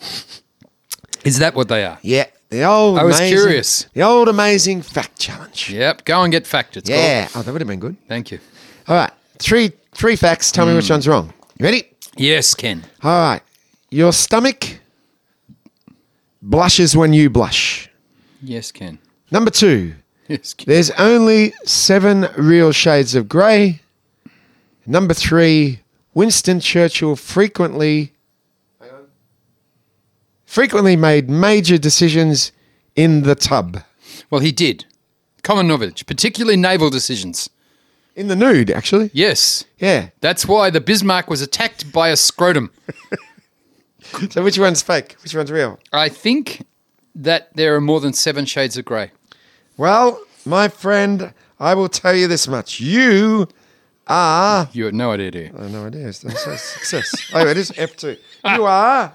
Is that what they are?
Yeah. The old.
I was
amazing-
curious.
The old amazing fact challenge.
Yep, go and get fact. It's called.
Yeah. Oh, that would have been good.
Thank you.
All right. Three three facts. Tell me
Hmm.
which one's wrong. You ready?
Yes, Ken.
All right. Your stomach blushes when you blush.
Yes, Ken.
Number two,
Yes, Ken.
there's only seven real shades of grey. Number three, Winston Churchill frequently frequently made major decisions in the tub.
Well, he did. Common knowledge, particularly naval decisions.
in the nude, actually.
Yes.
Yeah.
That's why the Bismarck was attacked by a scrotum.
So which one's fake? Which one's real?
I think that there are more than seven shades of grey.
Well, my friend, I will tell you this much. You are.
You had no idea, do you?
I have no idea. It's it's a success. oh, it is F2. You are.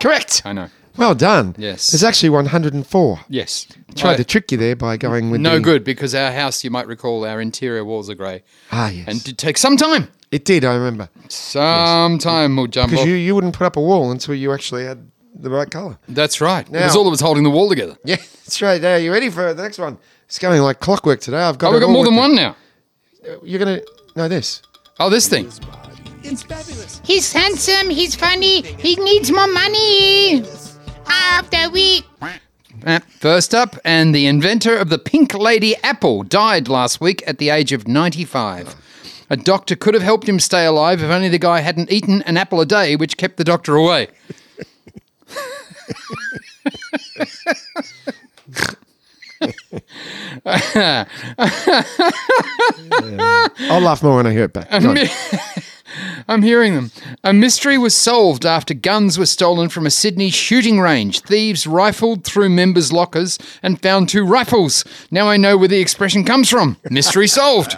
Correct.
I know.
Well done.
Yes.
There's actually 104.
Yes.
Tried
I-
to trick you there by going with
no
the-
good because our house, you might recall, our interior walls are grey
Ah, yes.
and did take some time.
it did. I remember
Some time, will jumble.
because you, you wouldn't put up a wall until you actually had the right color.
That's right. it was
Now-
all that was holding the wall together.
Yeah, that's right. Are you ready for the next one? It's going like clockwork today. I've got.
Oh, we've
it
got
all
more
with
than
me.
one now.
You're gonna know this.
Oh, this thing.
He's handsome, he's funny, he needs more money. After we.
Uh, First up, and the inventor of the Pink Lady apple died last week at the age of 95. A doctor could have helped him stay alive if only the guy hadn't eaten an apple a day, which kept the doctor away.
I'll laugh more when I hear
[laughs]
it back. Go on.
I'm hearing them. A mystery was solved after guns were stolen from a Sydney shooting range. Thieves rifled through members' lockers and found two rifles. Now I know where the expression comes from.
[laughs]
Mystery solved.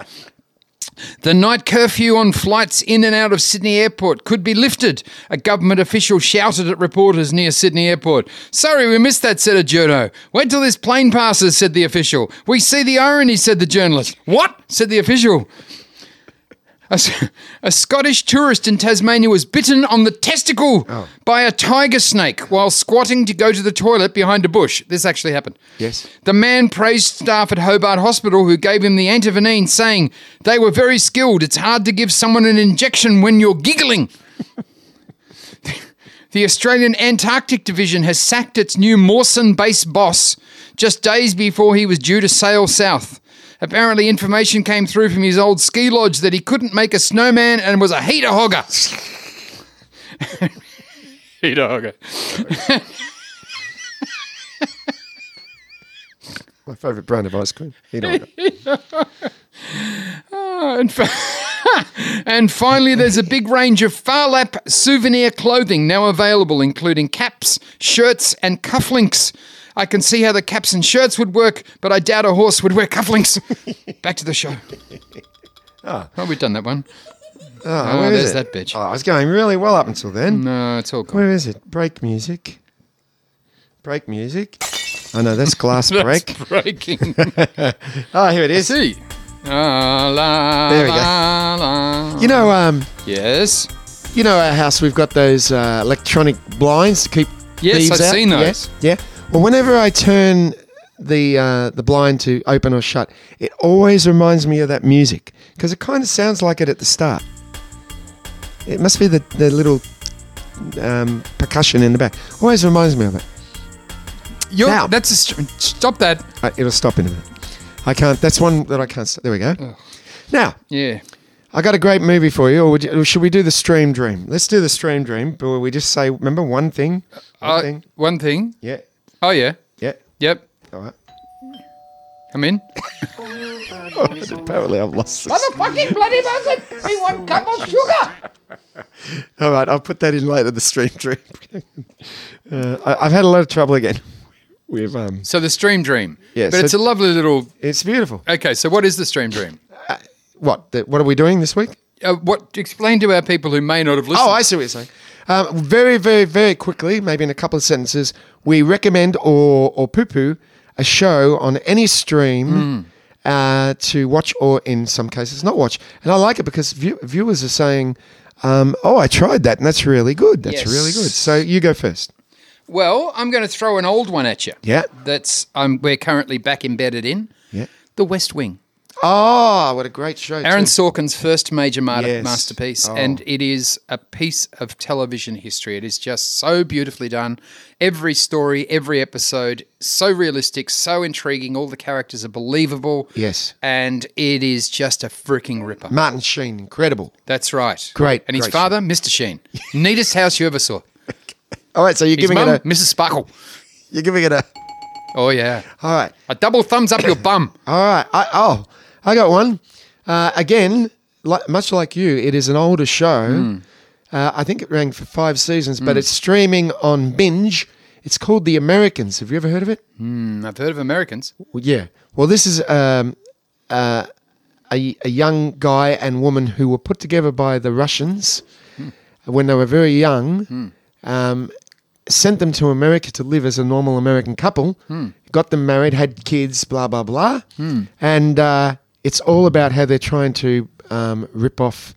The night curfew on flights in and out of Sydney Airport could be lifted. A government official shouted at reporters near Sydney Airport. Sorry, we missed that, said a journo. Wait till this plane passes, said the official. We see the irony, said the journalist. What? said the official. A, S- a Scottish tourist in Tasmania was bitten on the testicle by a tiger snake while squatting to go to the toilet behind a bush. This actually happened.
Yes.
The man praised staff at Hobart Hospital who gave him the antivenin, saying, They were very skilled. It's hard to give someone an injection when you're giggling. The Australian Antarctic Division has sacked its new Mawson base boss just days before he was due to sail south. Apparently, information came through from his old ski lodge that he couldn't make a snowman and was a heater hogger. [laughs] heater hogger.
My favourite brand of ice cream. You
[laughs]
know it.
And, fi- [laughs] and finally, there's a big range of Farlap souvenir clothing now available, including caps, shirts, and cufflinks. I can see how the caps and shirts would work, but I doubt a horse would wear cufflinks. [laughs] Back to the show.
Ah.
Oh, we've done that one.
Oh, where
there's
is it?
that bitch. Mm.
Oh, I was going really well up until then.
No, it's all gone.
Where is it? Break music. Break music. Oh no,
[laughs]
that's glass
That's
break.
breaking.
[laughs] Oh, here it is.
See? La, la,
There we go.
La, la.
You know, um,
Yes.
you know our house. We've got those uh, electronic blinds to keep
Yes,
thieves
I've
out.
seen
Yeah,
those.
Yeah, Well, whenever I turn the uh, the blind to open or shut, it always reminds me of that music because it kind of sounds like it at the start. It must be the the little um, percussion in the back. Always reminds me of it.
You're,
Now-
That's a str- stop that.
Uh, it'll stop in a minute. I can't. That's one that I can't. Stop. There we go. Now
Yeah.
I got a great movie for you. Or, would you, or should we do the stream dream? Let's do the stream dream. But we just say remember one thing. One
Uh,
thing.
one thing.
Yeah.
Oh yeah.
Yeah.
Yep.
All right.
I'm in.
Apparently, I've lost this.
Motherfucking bloody buzzard! We want cup of sugar!
[laughs] All right, I'll put that in later. The stream dream. [laughs] uh, I, I've had a lot of trouble again. With um,
So the stream dream.
Yeah,
But
so-
it's a lovely little.
it's beautiful.
Okay. So what is the stream dream?
What? The, what are we doing this week?
Uh, what explain to our people who may not have listened?
Oh, I see what you're saying. Um, very, very, very quickly, maybe in a couple of sentences, we recommend or or poo poo a show on any
Hmm.
stream uh, to watch or in some cases not watch. And I like it because view- viewers are saying, um, "Oh, I tried that, and that's really good. That's
Yes.
really good." So you go first.
Well, I'm going to throw an old one at you.
Yeah.
That's um, we're currently back embedded in.
Yeah.
The West Wing.
Oh, what a great show!
Aaron
too.
Sorkin's first major mar-
Yes.
masterpiece,
Oh.
and it is a piece of television history. It is just so beautifully done. Every story, every episode, so realistic, so intriguing. All the characters are believable.
Yes.
And it is just a freaking ripper.
Martin Sheen, incredible.
That's right.
Great,
And his
great
father, Mr. Sheen. Neatest house you ever saw.
All right, so you're
His
giving
mum,
it a.
Mrs. Sparkle.
You're giving it a.
Oh, yeah.
All right, [coughs]
A double thumbs up your bum.
all right. I, oh, I got one. Uh, again, like, much like you, it is an older show. Uh, I think it ran for five seasons, but it's streaming on Binge. It's called The Americans. Have you ever heard of it?
Mm, I've heard of Americans.
Well, yeah. Well, this is um, uh, a, a young guy and woman who were put together by the Russians
Hmm.
when they were very young, um, sent them to America to live as a normal American couple,
Hmm.
got them married, had kids, blah, blah, blah. And uh, it's all about how they're trying to um, rip off.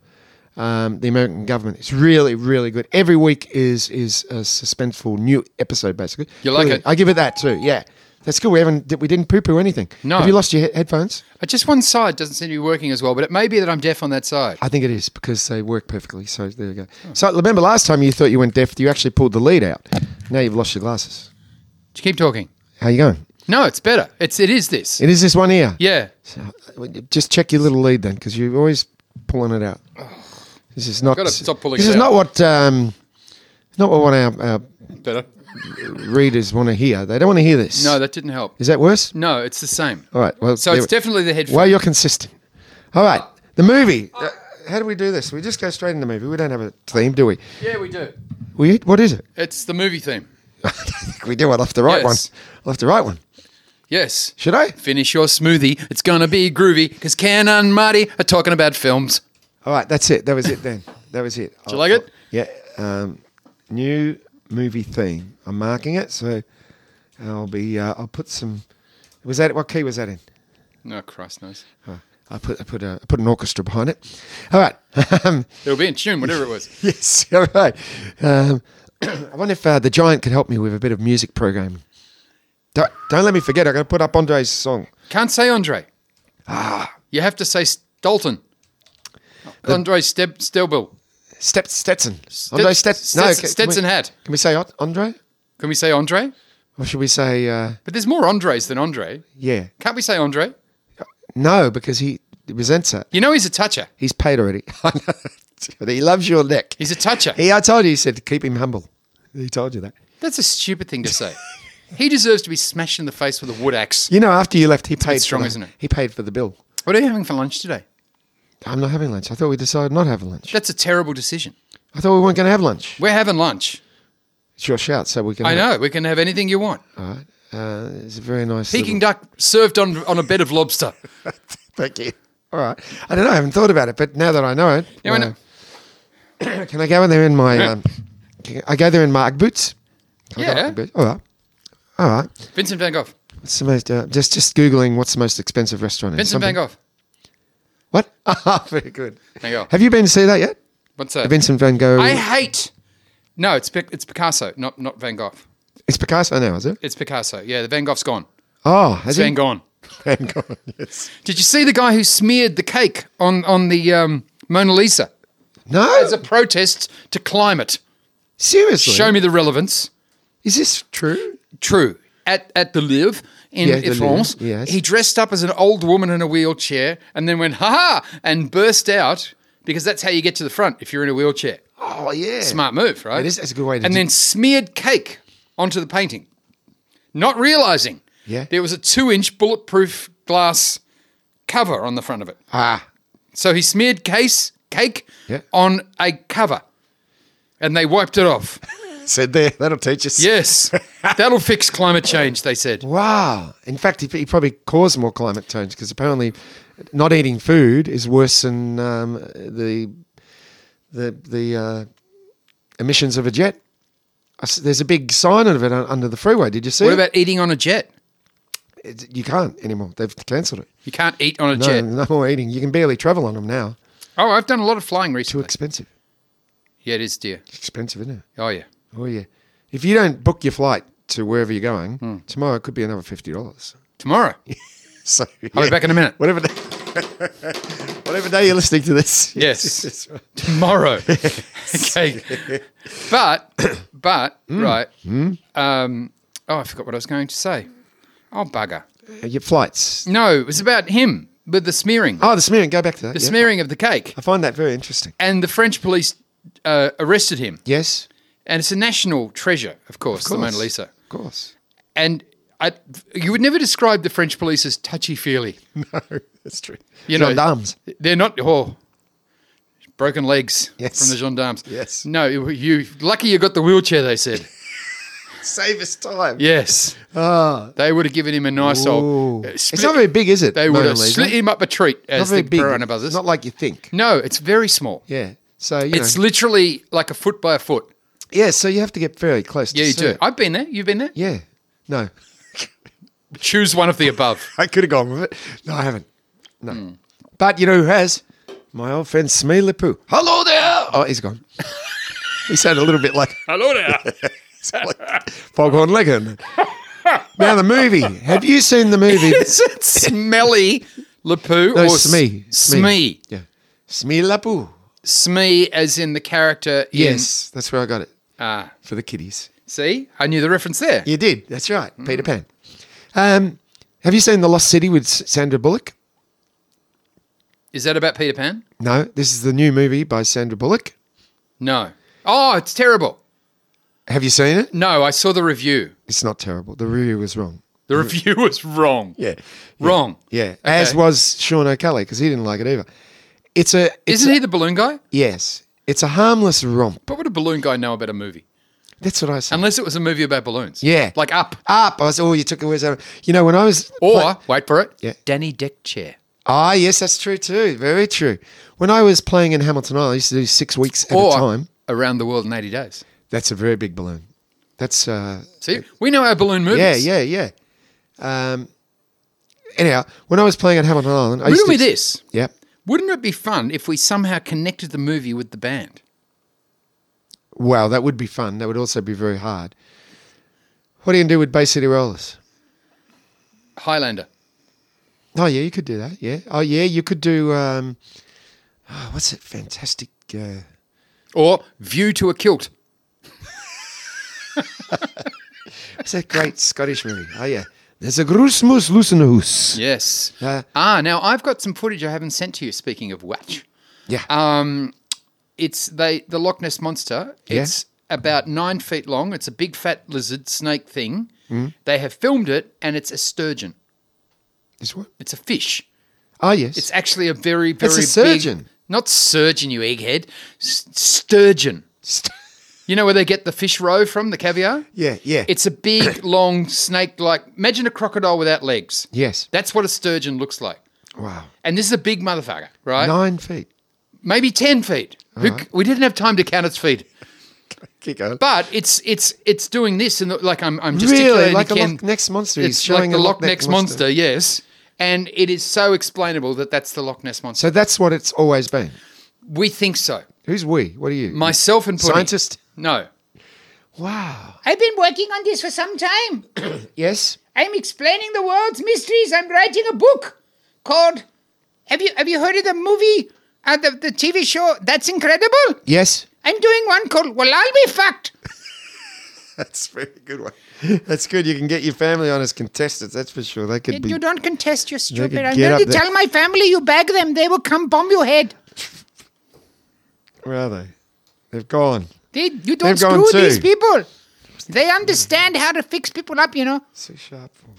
Um, the American government. It's really, really good. Every week is is a suspenseful new episode, basically.
You like
Brilliant.
it?
I give it that too. Yeah, that's good. We haven't did- we didn't poo poo anything.
No.
Have you lost your he- headphones?
But just one side doesn't seem to be working as well, but it may be that I'm deaf on that side.
I think it is because they work perfectly. So there you go. So remember last time you thought you went deaf, you actually pulled the lead out. Now you've lost your glasses.
Just keep talking.
How you going?
No, it's better. It's it is this.
It is this one ear.
yeah.
Just check your little lead then, because you're always pulling it out. This is not.
Gotta stop pulling
this
it
is
out.
not what. Um, not what one of our, our
Better.
readers want to hear. They don't want to hear this.
No, that didn't help.
Is that worse?
No, it's the same.
All right. Well,
So
there
it's
we-
definitely the headphone.
Well, you're consistent. All
Oh.
right. The movie. Uh, how do we do this? We just go straight into the movie. We don't have a theme, do we?
Yeah, we do.
We what is it? [laughs]
It's the movie theme.
we do. I'll have to write
Yes.
one. I'll have to write one.
Yes.
Should I?
Finish your smoothie. It's gonna be groovy because Ken and Marty are talking about films.
All right. That's it. That was it then. That was it. Oh,
you like it?
Yeah. Um, new movie theme. I'm marking it. So I'll be. Uh, I'll put some. Was that what key was that in?
No, Oh, Christ knows.
I put. I put a. I put an orchestra behind it. All right. [laughs] Um,
It'll be in tune, whatever it was.
[laughs] yes. All right. Um, [clears throat] I wonder if uh, the giant could help me with a bit of music programming. Don't, don't let me forget. I'm going to put up Andre's song.
Can't say Andre. Ah. You have to say Dalton. Andre Steb- Stelbill.
Step Stetson. Andre Stet-
Stetson,
can-
Stetson
can we,
hat.
Can we say Ot- Andre?
Can we say Andre?
Or should we say, uh,
But there's more Andres than Andre.
yeah?
Can't we say Andre?
No, because he resents that.
You know he's a toucher.
He's paid already. [laughs] but he loves your neck.
He's a toucher.
He, I told you, he said, keep him humble. He told you that.
That's a stupid thing to say. he deserves to be smashed in the face with a wood axe.
You know, after you left, he paid.
strong,
for the,
isn't it?
He paid for the bill.
What are you having for lunch today?
I'm not having lunch. I thought we decided not to have lunch.
That's a terrible decision.
I thought we weren't going to have lunch.
We're having lunch.
It's your shout, so we can.
I know. We can have anything you want.
Uh, it's a very nice.
Peking duck served on, on a bed of lobster.
Thank you. All right. I don't know. I haven't thought about it, but now that I know it,
Yeah, I know.
uh, [coughs] can I go in there in my? Um, can I go there in my Ugg boots. Can I go
Yeah.
Ugg boots? All right. All right.
Vincent van Gogh.
What's the most? Uh, just just googling what's the most expensive restaurant. in
Vincent
something-
van Gogh.
What? [laughs] Ah, very good.
Van Gogh.
Have you been to see that yet?
What's that?
Vincent Van Gogh.
Uh, I hate. No, it's Pic- it's Picasso, not not Van Gogh.
it's Picasso now, is it?
It's Picasso. Yeah, the Van Gogh's gone.
Oh, has
It's
he?
Van Gogh.
Van Gogh. Yes.
Did you see the guy who smeared the cake on on the um, Mona Lisa
No.
as a protest to climate?
Seriously.
Show me the relevance.
Is this true?
True. At at the Louvre in
Yeah, the Louvre,
France,
yes.
he dressed up as an old woman in a wheelchair and then went ha ha and burst out because that's how you get to the front if you're in a wheelchair.
Oh yeah.
Smart move, right?
It is- that's a good way to
And
do-
then smeared cake onto the painting, not realizing
Yeah.
there was a two-inch bulletproof glass cover on the front of it.
Ah.
So he smeared case cake
Yeah.
on a cover, and they wiped
[laughs]
it off.
Said there. That'll teach us.
Yes, that'll fix climate change. They said.
Wow. In fact, he, he probably caused more climate change because apparently not eating food is worse than um, the the the uh, emissions of a jet. I s- There's a big sign of it un- under the freeway. Did you see?
What
it?
about eating on a jet?
It's- you can't anymore. They've cancelled it.
You can't eat on a
No,
jet.
no more eating. You can barely travel on them now.
Oh, I've done a lot of flying
Too
recently.
expensive.
Yeah, it is, dear.
It's expensive, isn't it?
Oh yeah.
Oh yeah. If you don't book your flight to wherever you're going
Hmm.
tomorrow, it could be another fifty dollars. [laughs]
Tomorrow.
So
I'll
yeah.
be back in a minute.
Whatever. Day, [laughs] whatever day you're listening to this. [laughs]
Yes. tomorrow. okay. But, but,
Hmm.
right. Um, oh, I forgot what I was going to say. Oh, bugger.
Uh, Your flights.
No, it was about him with the smearing,
Oh, the smearing. Go back to that.
the
yeah.
smearing of the cake.
I find that very interesting.
And the French police uh, arrested him.
Yes.
And it's a national treasure, of course, the Mona
course.
[laughs] Lisa.
Of course.
And I, you would never describe the French police as touchy feely.
No, that's true.
You know,
Gendarmes.
They're not. Oh, broken legs
Yes.
from the gendarmes.
Yes.
No, you- you lucky you got the wheelchair. They said
Save us time.
yes. They would have given him a nice
Ah. Ooh.
old. uh,
It's
split-
not very big, is it?
They would
Mona
have
Lisa?
slit him up a treat
Not
as
very
the
big.
piranha buzzers.
It's not like you think.
no, it's very small.
Yeah. So you
It's
know.
literally like a foot by a foot.
yeah. So you have to get fairly close.
Yeah,
to
you
see
do.
it.
I've been there. You've been there.
Yeah.
[laughs]
No,
Choose one of the above.
I could have gone with it. No, I haven't. No.
Hmm.
But you know who has? My old friend Smee Lipu. [laughs] Hello there. Oh, he's
[laughs]
gone. he sounded a little bit like
Hello there.
like [laughs] Foghorn Leghorn. now the movie. Have you seen the
[laughs]
movie?
[laughs] Is it smelly Lapu
No,
or
Smee.
Smee.
Yeah. Smee Lapu.
Smee as in the character. in-
Yes, that's where I got it
Ah,
for the kiddies.
see, I knew the reference there.
You did. That's right.
Mm.
Peter Pan. Um, have you seen The Lost City with S- Sandra Bullock?
Is that about Peter Pan?
No, this is the new movie by Sandra Bullock.
No. Oh, it's terrible.
Have you seen it?
No, I saw the review.
It's not terrible. The review was wrong. [laughs]
The review was wrong.
Yeah.
Wrong.
Yeah. As
Okay.
was Sean O'Kelly because he didn't like it either. It's a. It's
Isn't
a-
he the balloon guy?
Yes. It's a harmless romp.
What would a balloon guy know about a movie?
That's what I said.
Unless it was a movie about balloons.
Yeah.
Like Up.
up. I was, oh, you took it words out. of- You know, when I was.
Or, wait for it,
Yeah.
Danny Deck Chair.
Ah, yes, that's true too. Very true. When I was playing in Hamilton Island, I used to do six weeks at
Or
a time.
Around the World in 80 Days.
That's a very big balloon. That's. uh
See, we know our balloon movies.
Yeah, yeah, yeah. Um, anyhow, when I was playing at Hamilton Island, I used
Riddle me
to.
this.
Yeah.
Wouldn't it be fun if we somehow connected the movie with the band?
Wow, that would be fun. That would also be very hard. What are you going to do with Bay City Rollers?
Highlander.
Oh, yeah, you could do that. Yeah. Oh, yeah, you could do. Um, oh, what's it? Fantastic. Uh,
Or View to a Kilt.
It's a great Scottish movie. Oh yeah, there's a Grusmus Lucenhus.
Yes.
Uh,
ah, now I've got some footage I haven't sent to you, speaking of which.
Yeah,
Um, it's they the Loch Ness monster. It's about nine feet long. It's a big fat lizard snake thing.
Mm.
They have filmed it, and it's a sturgeon.
this one.
It's a fish.
Oh yes,
It's actually a very very
a
big-
surgeon.
not surgeon, you egghead. S- sturgeon. You know where they get the fish roe from, the caviar?
[laughs] yeah, yeah.
It's
[coughs]
a big, long snake like. Imagine a crocodile without legs.
yes.
That's what a sturgeon looks like.
Wow,
And this is a big motherfucker, right?
nine feet.
Maybe 10 feet. Who,
Uh-huh.
c We didn't have time to count its feet.
Keep going.
But it's it's it's doing this, and like I'm I'm just
really, like a Loch Ness monster. He's
It's like
showing
the
a
Loch Ness monster, yes. And it is so explainable that that's the Loch Ness monster.
So that's what it's always been.
we think so.
Who's we? What are you?
Myself and Pudding.
Scientist?
No.
Wow.
I've been working on this for some time.
Yes.
I'm explaining the world's mysteries. I'm writing a book called. Have you have you heard of the movie? Uh, the, the TV show That's Incredible?
Yes.
I'm doing one called Well I'll Be Fucked.
[laughs] That's a very good one. That's good. You can get your family on as contestants. That's for sure. They could
You don't contest, you're stupid.
could
I'm
get
going
up
to
there.
tell my family you bag them. They will come bomb your head.
Where are they? They've gone.
They, you don't
They've gone
screw these
too.
people. They understand how to fix people up, you know.
So sharp. For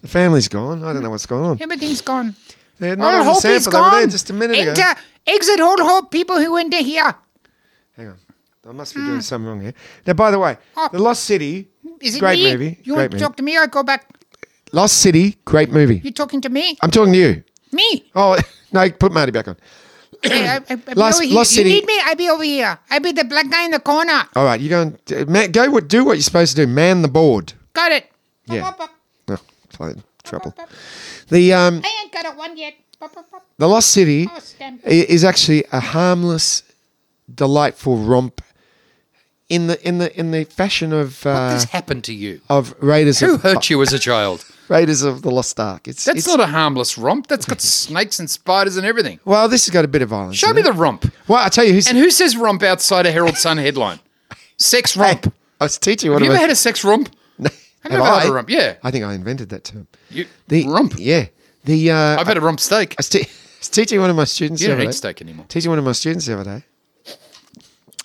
The family's gone. I don't know what's going on.
Everything's gone.
They're not
All
on the
hope is
sample. They were
gone.
there just a minute ago.
Enter, exit all hope, people who went in here.
Hang on. I must be doing something wrong here. Now, by the way,
Oh.
The Lost City,
Is it
great
me?
movie. great
You want to
movie.
talk to me? I go back.
Lost City, great movie.
You talking to me?
I'm talking to you.
Me?
Oh, [laughs] no, put Marty back on.
I, I, I be
Lost-
over here.
Lost
you
City.
need me? I be over here. I be the black guy in the corner.
All right, you go and d- ma- go what, do what you're supposed to do. Man the board.
Got it.
Yeah.
Bop, bop, bop.
No, [laughs] fine, trouble.
Bop, bop.
The um,
I ain't got a one yet. Bop, bop, bop.
the Lost City
Oh, stamp.
i- is actually a harmless, delightful romp in the in the in the fashion of
What
uh,
has happened to you?
of Raiders
Who
of
hurt you as a child?
Raiders of the Lost Ark. It's
That's
it's,
not a harmless romp. That's
[laughs]
got snakes and spiders and everything.
well, this has got a bit of violence.
Show
in
me
it.
the romp.
Well, I tell you who's
And who says romp outside a Herald Sun headline? Sex
Hey,
romp.
I was teaching you what
Have you
about.
ever had a sex romp?
[laughs] Have
never had a rump, yeah.
I think I invented that term.
You,
The
rump.
Yeah. The uh,
I've had a rump steak.
I was, te- [laughs] I was teaching one of my students.
You
the
don't
other
eat
day-
steak anymore.
Teaching one of my students the other day.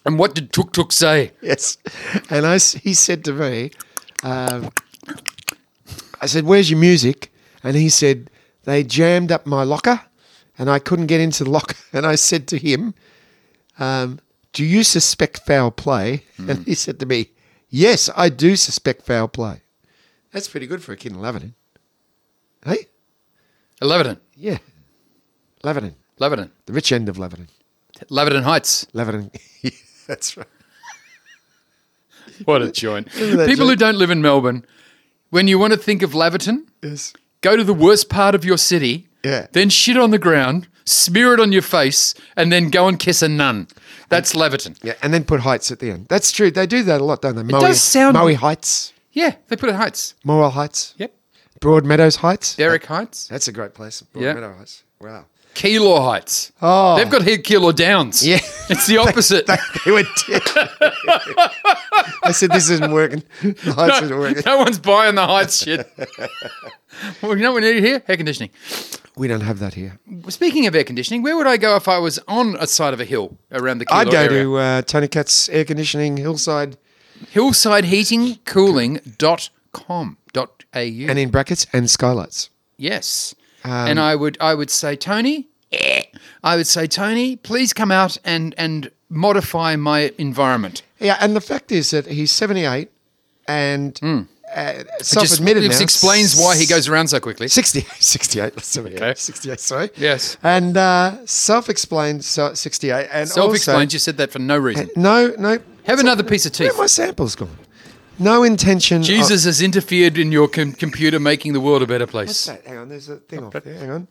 And what did Tuk Tuk say?
Yes, and I s- he said to me, um, I said, Where's your music? And he said, They jammed up my locker and I couldn't get into the locker. [laughs] And I said to him, um, Do you suspect foul play? And he said to me, Yes, I do suspect foul play. That's pretty good for a kid in Lebanon. Hey?
Lebanon,
Yeah. Lebanon.
Lebanon,
The rich end of Lebanon.
Lebanon Heights.
Lebanon. [laughs] Yeah, That's right.
What a
[laughs]
joint.
that
People who
joint?
don't live in Melbourne, when you want to think of Laverton,
Yes.
go to the worst part of your city,
Yeah.
then shit on the ground, smear it on your face, and then go and kiss a nun. That's Laverton.
Yeah, and then put heights at the end. That's true. They do that a lot, don't they? Maui,
does sound-
Maui Heights,
Yeah, they put it Heights.
Morwell Heights,
Yep.
Broadmeadows Heights.
Derrick Heights,
That's a great place.
Yeah.
Broadmeadows Heights. Wow.
Keilor Heights.
Oh.
They've got here Keilor Downs.
[laughs] Yeah.
[laughs] It's the opposite.
They were
[laughs]
dead. I said, this isn't working. The heights isn't working.
[laughs] no one's buying the Heights shit. [laughs] well, you know what we need here? Air conditioning.
We don't have that here.
Speaking of air conditioning, where would I go if I was on a side of a hill around the Keilor
I'd go
area?
to uh, Tony Katz Air Conditioning Hillside
hillsideheatingcooling.com.au.
and in brackets and skylights.
Yes.
Um,
and I would I would say Tony, eh, I would say Tony, please come out and and modify my environment.
Yeah, and the fact is that he's 78 and uh,
Hmm. Just-
self-admitted
this
now.
explains why he goes around so
[laughs]
quickly.
60, 68, let's see what it
Okay.
is. 68, sorry.
Yes.
And uh, self-explained so, 68. And
Self-explained.
also-
you said that for no reason.
No, no.
Have another piece of
Where
teeth.
are my samples gone? No intention. of-
Jesus has interfered in your com- computer, making the world a better
What's
place.
that? Hang on, there's a thing off there. Hang on.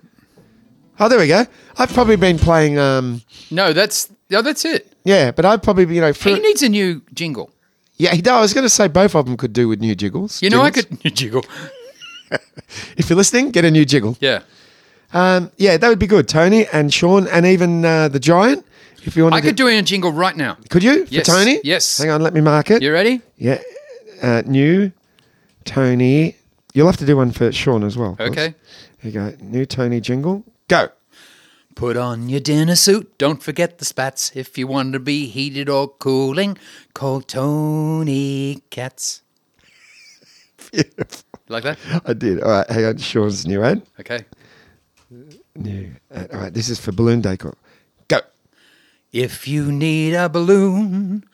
Oh, there we go. I've probably been playing, um,
No, that's no, that's it.
yeah, but I've probably, you know, for,
He needs a new jingle.
yeah, he- no, I was going to say both of them could do with new jiggles.
[laughs] You know, I
Jiggles.
could new jingle.
If you're listening, get a new jiggle.
Yeah,
Um, yeah, that would be good. Tony and Sean and even uh, the Giant, if you want
I
to.
could do a jingle right now.
Could you? For
Yes,
Tony?
yes.
Hang on, let me mark it.
You ready?
Yeah. Uh, new Tony. You'll have to do one for Sean as well. of course.
Okay.
Here you go. New Tony jingle. Go. [laughs]
Put on your dinner suit. Don't forget the spats. If you want to be heated or cooling, call Tony Katz. like that?
I did. All right. Hang on. Sean's new ad.
Okay.
New. ad. All right. This is for balloon decor. Go. [laughs]
If you need a balloon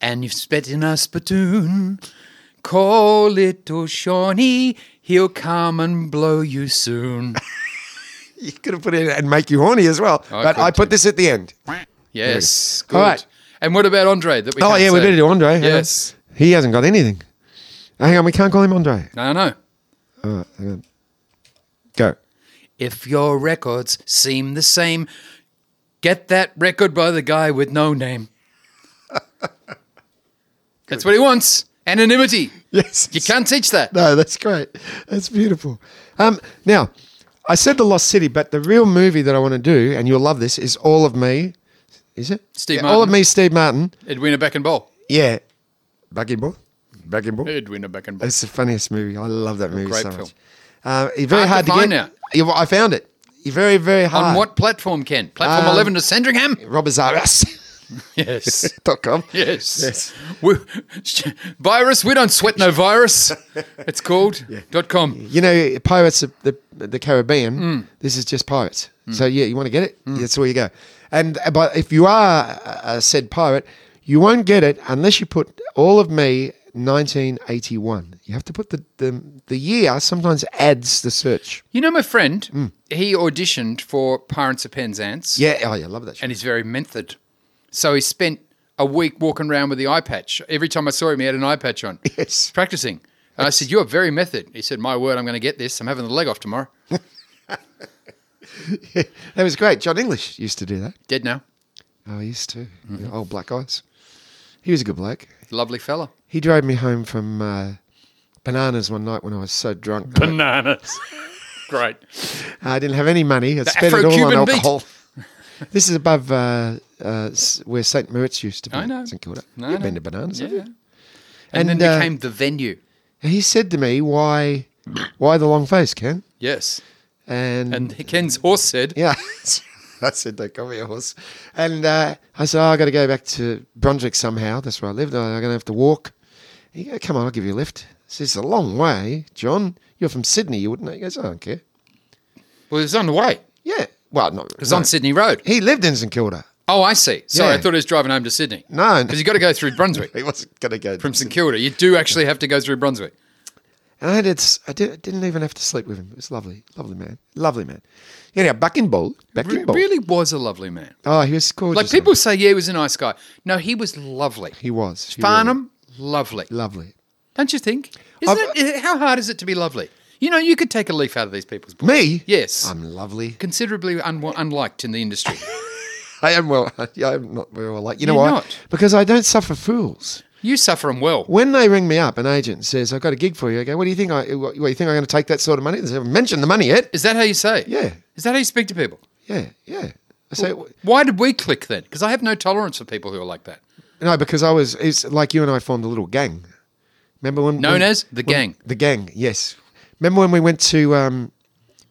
and you've spit in a spittoon, call little Shawnee. He'll come and blow you soon.
You could have put it in and make you horny as well.
Oh, I
but
could
I put this at the end.
Yes.
All right.
And what about Andre? That we
oh
can't
yeah, we
say?
better do Andre. Hang on.
Yes.
He hasn't got anything. Uh, Hang on. We can't call him Andre.
No, no.
All right. Hang on. Go. [laughs]
If your records seem the same, get that record by the guy with
[laughs]
no name. That's what he wants. Anonymity.
Yes.
You can't teach that.
No, that's great. That's beautiful. Um, now, I said The Lost City, but the real movie that I want to do, and you'll love this, is All of Me. Is it?
Steve
Yeah, All of
Martin.
Me, Steve Martin.
Edwina Beck and Ball.
Yeah. Back in ball. Back in ball.
Edwina Beck and Ball.
It's the funniest movie. I love that movie
Great
so
film.
much. Uh, it's very hard,
Hard to
to
find
get.
now.
Yeah, well, I found it. You're very, very hard.
On what platform, Ken? Platform
Um,
11
[laughs]
to Sandringham?
Robertzaras.com.
Yes. yes.
Yes.
We- virus? We don't sweat
[laughs]
no virus. It's called dot .com.
You know, Pirates of the, the Caribbean, this is just Pirates. So, yeah, you want to get it? That's where you go. And uh, But if you are a, a said pirate, you won't get it unless you put all of me 1981. You have to put the, the, the year, sometimes adds the search.
You know my friend,
Hmm.
he auditioned for Pirates of Penzance.
Yeah, oh, yeah, love that. Show.
and he's very mentored. So he spent a week walking around with the eye patch. Every time I saw him, he had an eye patch on,
[laughs] Yes.
practicing. And I said, "You are very method." He said, "My word, I'm going to get this. I'm having the leg off tomorrow."
That was great. John English used to do that.
Dead now,
Oh, he used to. Yeah, Old black eyes. He was a good bloke.
lovely fella.
He drove me home from uh, bananas one night when I was so drunk. and [laughs]
Bananas, great.
I didn't have any money. I spent it all on
Afro-Cuban beat.
alcohol. [laughs] this is above uh, uh, s- where St. Moritz used to be.
I know.
St. Kilda.
No,
You've
no.
been to bananas, have
Yeah.
you?
And,
And,
then
uh,
became the venue.
He said to me, "Why, why the long face, Ken?"
Yes,
And,
and Ken's horse said,
yeah, [laughs] I said, "Don't call me a horse." And uh, I said, oh, "I got to go back to Brunswick somehow. That's where I lived. I'm going to have to walk." He go, "Come on, I'll give you a lift." This is a long way, John. You're from Sydney, you wouldn't know. He goes, I don't care.
Well, it's on the way.
Yeah. Well, not.
It's on Sydney Road.
He lived in St Kilda.
Oh, I see. Sorry, I
Yeah.
thought he was driving home to Sydney.
No.
because you got to go through Brunswick
[laughs] He wasn't going to go
from St Kilda. You do actually have to go through Brunswick.
And I did. I did, didn't even have to sleep with him. It was lovely, lovely man, lovely man. Anyhow, back in bowl, back
Re-
in bowl.
really was a lovely man.
Oh, he was gorgeous.
Like people say, yeah, he was a nice guy. No, he was lovely.
he was he
Farnham, lovely.
really- lovely.
Don't you think? Isn't
I've-
it, how hard is it to be lovely? You know, you could take a leaf out of these people's books.
Me?
Yes.
I'm lovely.
Considerably un- unliked in the industry.
I am well. [laughs] yeah, I'm not very well. Like you know
You're
why?
not.
Because I don't suffer fools.
You suffer them well.
When they ring me up, an agent says, "I've got a gig for you." I go, "What do you think? I what, what, you think I'm going to take that sort of money?" They haven't mentioned the money yet.
Is that how you say? it?
Yeah.
Is that how you speak to people?
Yeah, yeah. I say
Why did we click then? Because I have no tolerance for people who are like that.
no because I was. It's like you and I formed a little gang. Remember when
Known
when-
as the
when-
gang.
The gang, yes. Remember when we went to, um,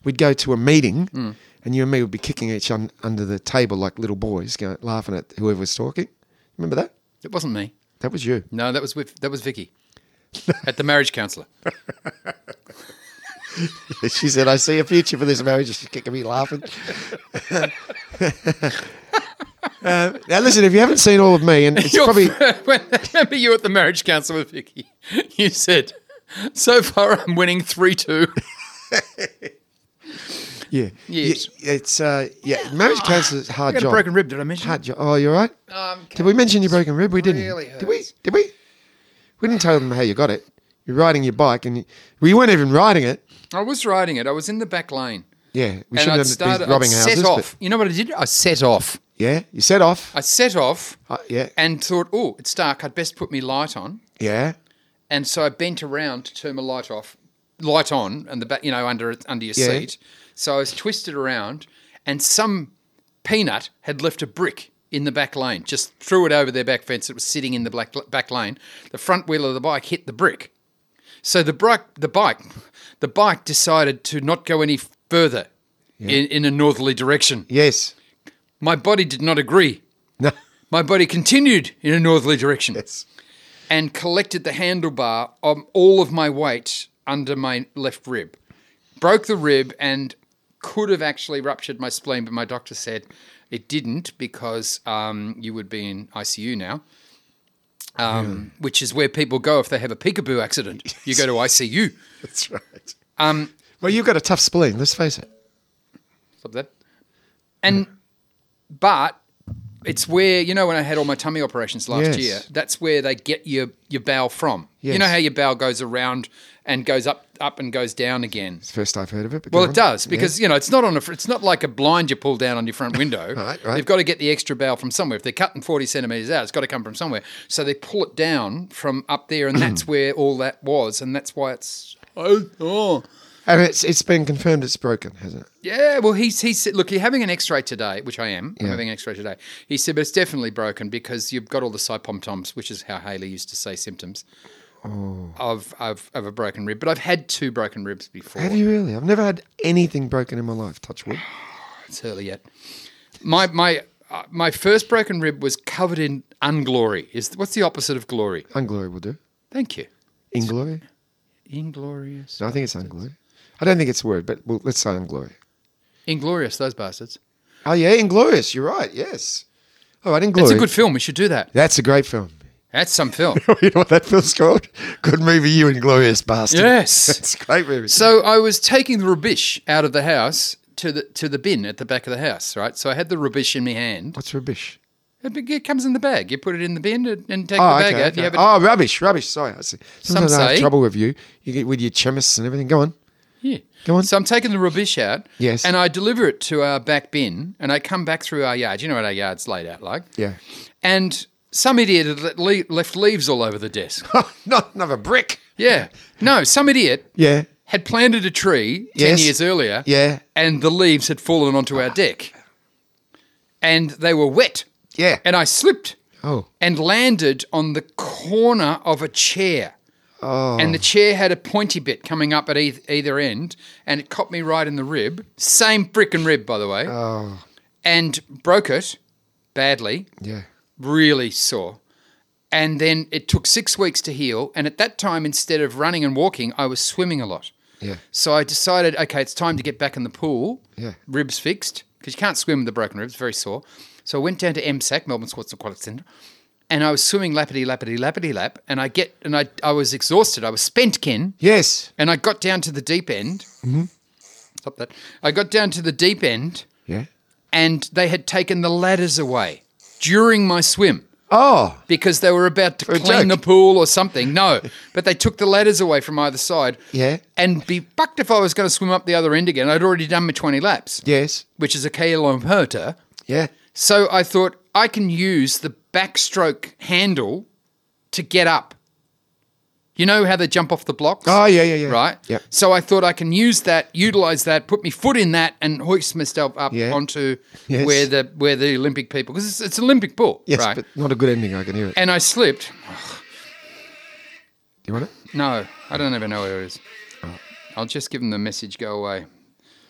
we'd go to a meeting
Hmm.
and you and me would be kicking each un- under the table like little boys, going, laughing at whoever was talking. Remember that?
It wasn't me.
That was you.
No, that was with that
[laughs]
was Vicky at the marriage counsellor.
she said, I see a future for this marriage. She's kicking me laughing. Uh, now, listen, if you haven't seen all of me, and it's
Your-
probably.
[laughs] when, remember you at the marriage council with Vicky. You said, "So far, I'm winning
[laughs]
three two.
Yeah.
Yes.
Yeah, it's, uh, yeah, marriage cancer is a hard
I got
job.
a broken rib. Did I mention?
Hard job. Oh, you're right.
Um,
Did we mention your broken rib? We didn't.
really
Did we?
hurts.
Did we? We didn't tell them how you got it. You're riding your bike, and you, well, you weren't even riding it.
I was riding it. I was in the back lane,
Yeah, we
and
shouldn't
I
have
started.
been robbing
I set
houses. but-
off. You know what I did? I set off.
yeah, you set off.
I set off,
Uh, yeah,
and thought, "Oh, it's dark. I'd best put me light on."
yeah,
And so I bent around to turn my light off, light on, and the back, you know, under under your
Yeah.
seat. So I was twisted around, and some peanut had left a brick in the back lane. Just threw it over their back fence. It was sitting in the black back lane. The front wheel of the bike hit the brick. So the bike, the bike, the bike decided to not go any further in, in a northerly direction.
yes.
My body did not agree.
No,
My body continued in a northerly direction
yes.
and collected the handlebar of all of my weight under my left rib. Broke the rib and could have actually ruptured my spleen, but my doctor said it didn't because um, you would be in ICU now, um, which is where people go if they have a peekaboo accident. You go to ICU.
That's right.
Um,
Well, you've got a tough spleen. Let's face it.
Stop that. And but it's where you know when I had all my tummy operations
Yes.
last year. That's where they get your your bowel from. You
Yes.
know how your bowel goes around and goes up up and goes down again.
It's the first I've heard of it. but
Well,
go
it
on.
does because you know it's not on a. fr- It's not like a blind you pull down on your
[laughs]
front window.
Right, right.
They've got to get the extra bowel from somewhere. If they're cutting forty centimeters out, it's got to come from somewhere. So they pull it down from up there, and
[clears throat]
that's where all that was, and that's why it's. Oh, oh.
Yeah. and it's it's been confirmed it's broken, hasn't it?
Yeah, well, he's he said, look, you're having an X-ray today, which I am. I'm
Yeah.
having an X-ray today. He said, but it's definitely broken because you've got all the symptoms, which is how Haley used to say symptoms
Oh.
of, of of a broken rib. But I've had two broken ribs before.
Have you really? I've never had anything broken in my life. Touch wood.
It's early yet. My my uh, my first broken rib was covered in unglory. Is what's the opposite of glory?
Unglory will do.
Thank you.
Inglory.
Inglorious.
No, I think it's unglory. I don't think it's a word, but well, let's say unglory.
Inglorious. Those bastards.
Oh yeah, Inglorious. You're right. Yes. All right, Inglorious.
That's a good film. We should do that.
That's a great film. [laughs]
That's some film.
you know what that film's called? Good movie, you Inglorious bastard. [laughs]
yes.
it's a great movie.
So I was taking the rubbish out of the house to the to the bin at the back of the house, right? So I had the rubbish in my hand.
What's rubbish?
It, be- it comes in the bag. You put it in the bin and, and take
Oh,
the bag
okay.
out.
okay.
You have it.
Oh, rubbish, rubbish. Sorry, I see. Sometimes I
say-
have trouble with you. You get with your chemists and everything. Go on.
Yeah.
Go on.
So I'm taking the rubbish out.
Yes.
And I deliver it to our back bin, and I come back through our yard. You know what our yard's laid out like.
Yeah. [laughs]
And some idiot had let le- left leaves all over the
[laughs]
desk.
Oh, Not another brick.
yeah. No, some idiot
Yeah.
had planted a tree ten
Yes.
years earlier.
Yeah.
And the leaves had fallen onto our deck, and they were wet.
Yeah.
And I slipped.
oh.
and landed on the corner of a chair. And the chair had a pointy bit coming up at eith- either end, and it caught me right in the rib. Same frickin' rib, by the way. And broke it badly,
Yeah.
really sore. And then it took six weeks to heal. And at that time, instead of running and walking, I was swimming a lot.
Yeah.
So I decided, okay, it's time to get back in the pool.
Yeah.
Ribs fixed because you can't swim with the broken ribs, very sore. So I went down to MSAC, Melbourne Sports and Aquatic Centre, and I was swimming lappity lappity lappity lap, and I get and I I was exhausted, I was spent, Ken,
Yes.
and I got down to the deep end. Stop that! I got down to the deep end,
Yeah.
and they had taken the ladders away during my swim
Oh,
because they were about to
a
clean
joke.
the pool or
[laughs]
something. No, but they took the ladders away from either side.
Yeah.
And be bucked if I was going to swim up the other end again. I'd already done my 20 laps,
yes.
which is a kilometer.
Yeah.
So I thought I can use the backstroke handle to get up. You know how they jump off the blocks?
Oh, yeah, yeah, yeah.
Right?
Yep.
So I thought I can use that, utilize that, put my foot in that, and hoist myself up
Yeah.
onto
Yes.
where the where the Olympic people, because it's, it's an Olympic pool.
Yes,
right?
but not a good ending. I can hear it.
and I slipped.
Do you want it?
No, I don't even know where it is. I'll just give them the message. Go away.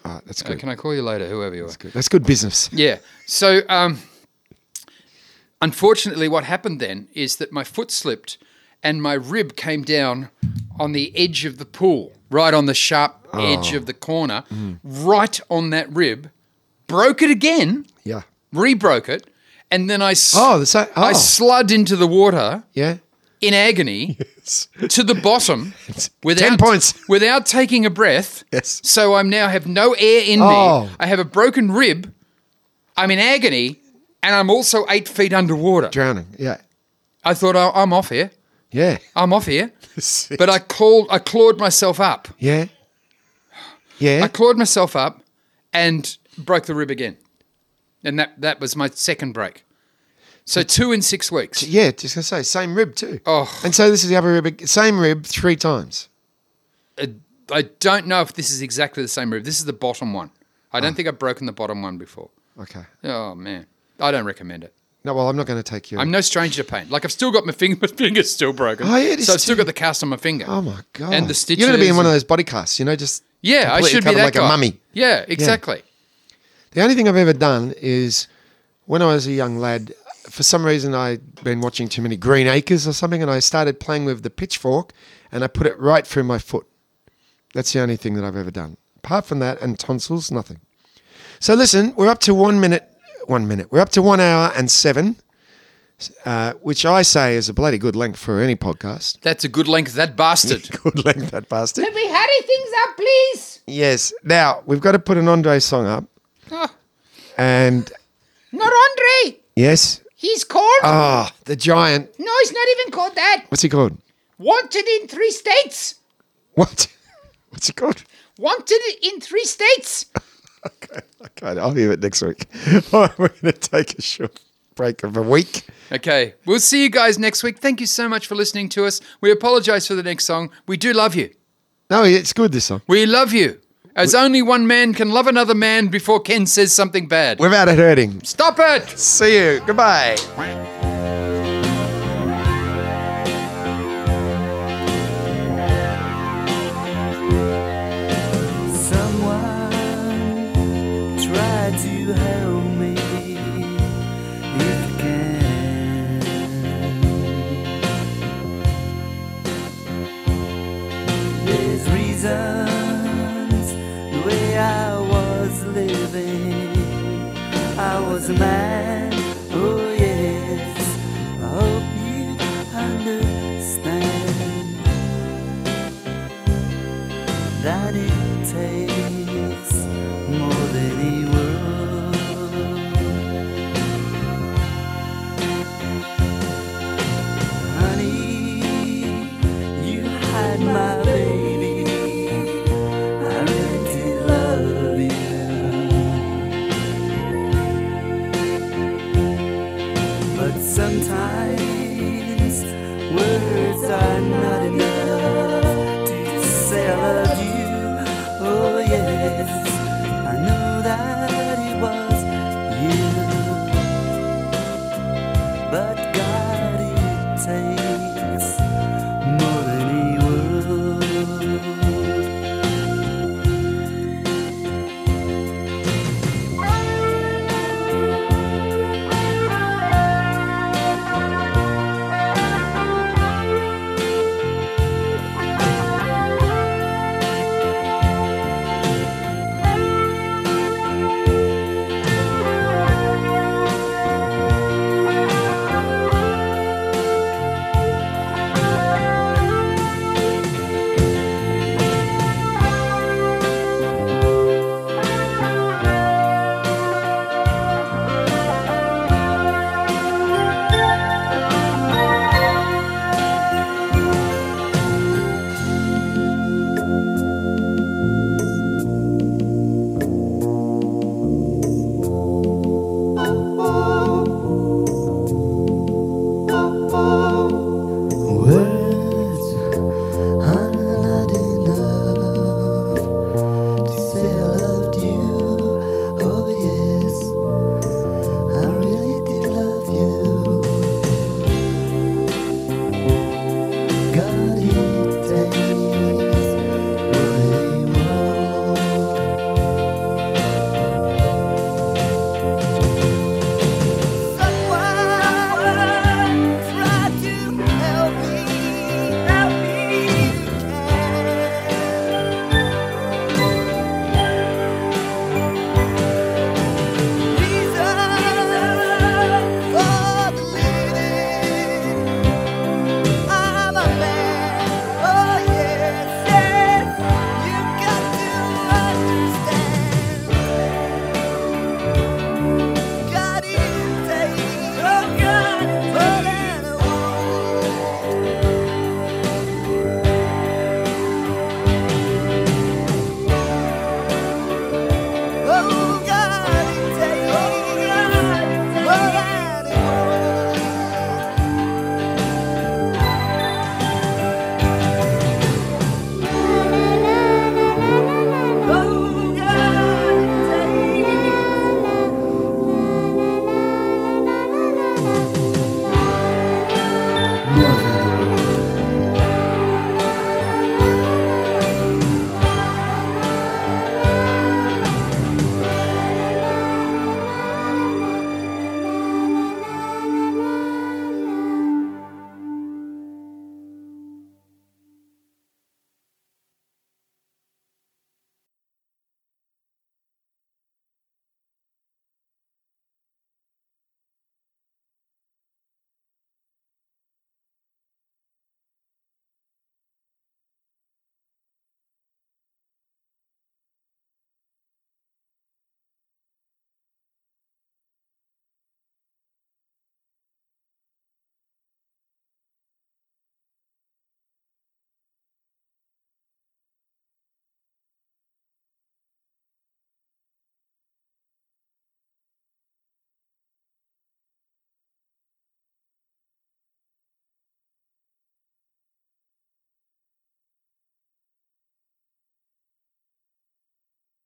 Ah, that's
Uh,
good.
can I call you later? Whoever you are.
Good. That's good business.
Yeah. So, um, unfortunately, what happened then is that my foot slipped, and my rib came down on the edge of the pool, right on the sharp edge
Oh.
of the corner, right on that rib, broke it again,
Yeah.
re-broke it, and then I s-
Oh, the same. Oh,
I slid into the water
yeah. [laughs]
in agony to the bottom without
10 points.
without taking a breath.
Yes.
So I'm now have no air in
Oh.
me. I have a broken rib. I'm in agony, and I'm also eight feet underwater.
Drowning. Yeah.
I thought oh, I'm off here.
Yeah.
I'm
[laughs]
off here. But [laughs] I called. I clawed myself up.
yeah. Yeah.
I clawed myself up, and broke the rib again. And that that was my second break. So two in six weeks.
yeah. Just gonna say same rib too.
Oh.
And so this is the other rib. Same rib three times.
uh, I don't know if this is exactly the same rib. This is the bottom one. I
Oh.
don't think I've broken the bottom one before.
Okay.
Oh man, I don't recommend it.
No. Well, I'm not going to take you.
I'm no stranger to pain. Like I've still got my finger, [laughs] my finger's still broken.
Oh, yeah, it is
so I've still
too.
got the cast on my finger.
oh my god.
And the
You're going to be in
stitches
one of
and-
those body casts. You know, just
yeah, I
completely
should be
covered
that
like
guy.
a mummy.
Yeah, exactly.
The only thing I've ever done is when I was a young lad, for some reason I'd been watching too many Green Acres or something, and I started playing with the pitchfork and I put it right through my foot. That's the only thing that I've ever done. Apart from that, and tonsils, nothing. So listen, we're up to one minute, one minute. We're up to one hour and seven, uh, which I say is a bloody good length for any podcast.
That's a good length. That bastard.
[laughs] Good length, that bastard.
Can we hurry things up, please?
Yes. Now we've got to put an Andre song up, Ah. and
Not Andre.
yes,
He's called.
Ah, the giant.
no, he's not even called that.
What's he called?
Wanted in three states.
What? [laughs] What's he called?
Wanted in three states.
Okay, okay, I'll leave it next week. [laughs] All right, we're going to take a short break of a week.
okay, we'll see you guys next week. Thank you so much for listening to us. We apologise for the next song. We do love you.
No, it's good this song.
We love you. As only one man can love another man before Ken says something bad.
Without it hurting.
Stop it.
See you. Goodbye.
Someone try to help me if you can. There's reasons the way I was living. I was a man. oh Oh, Oh,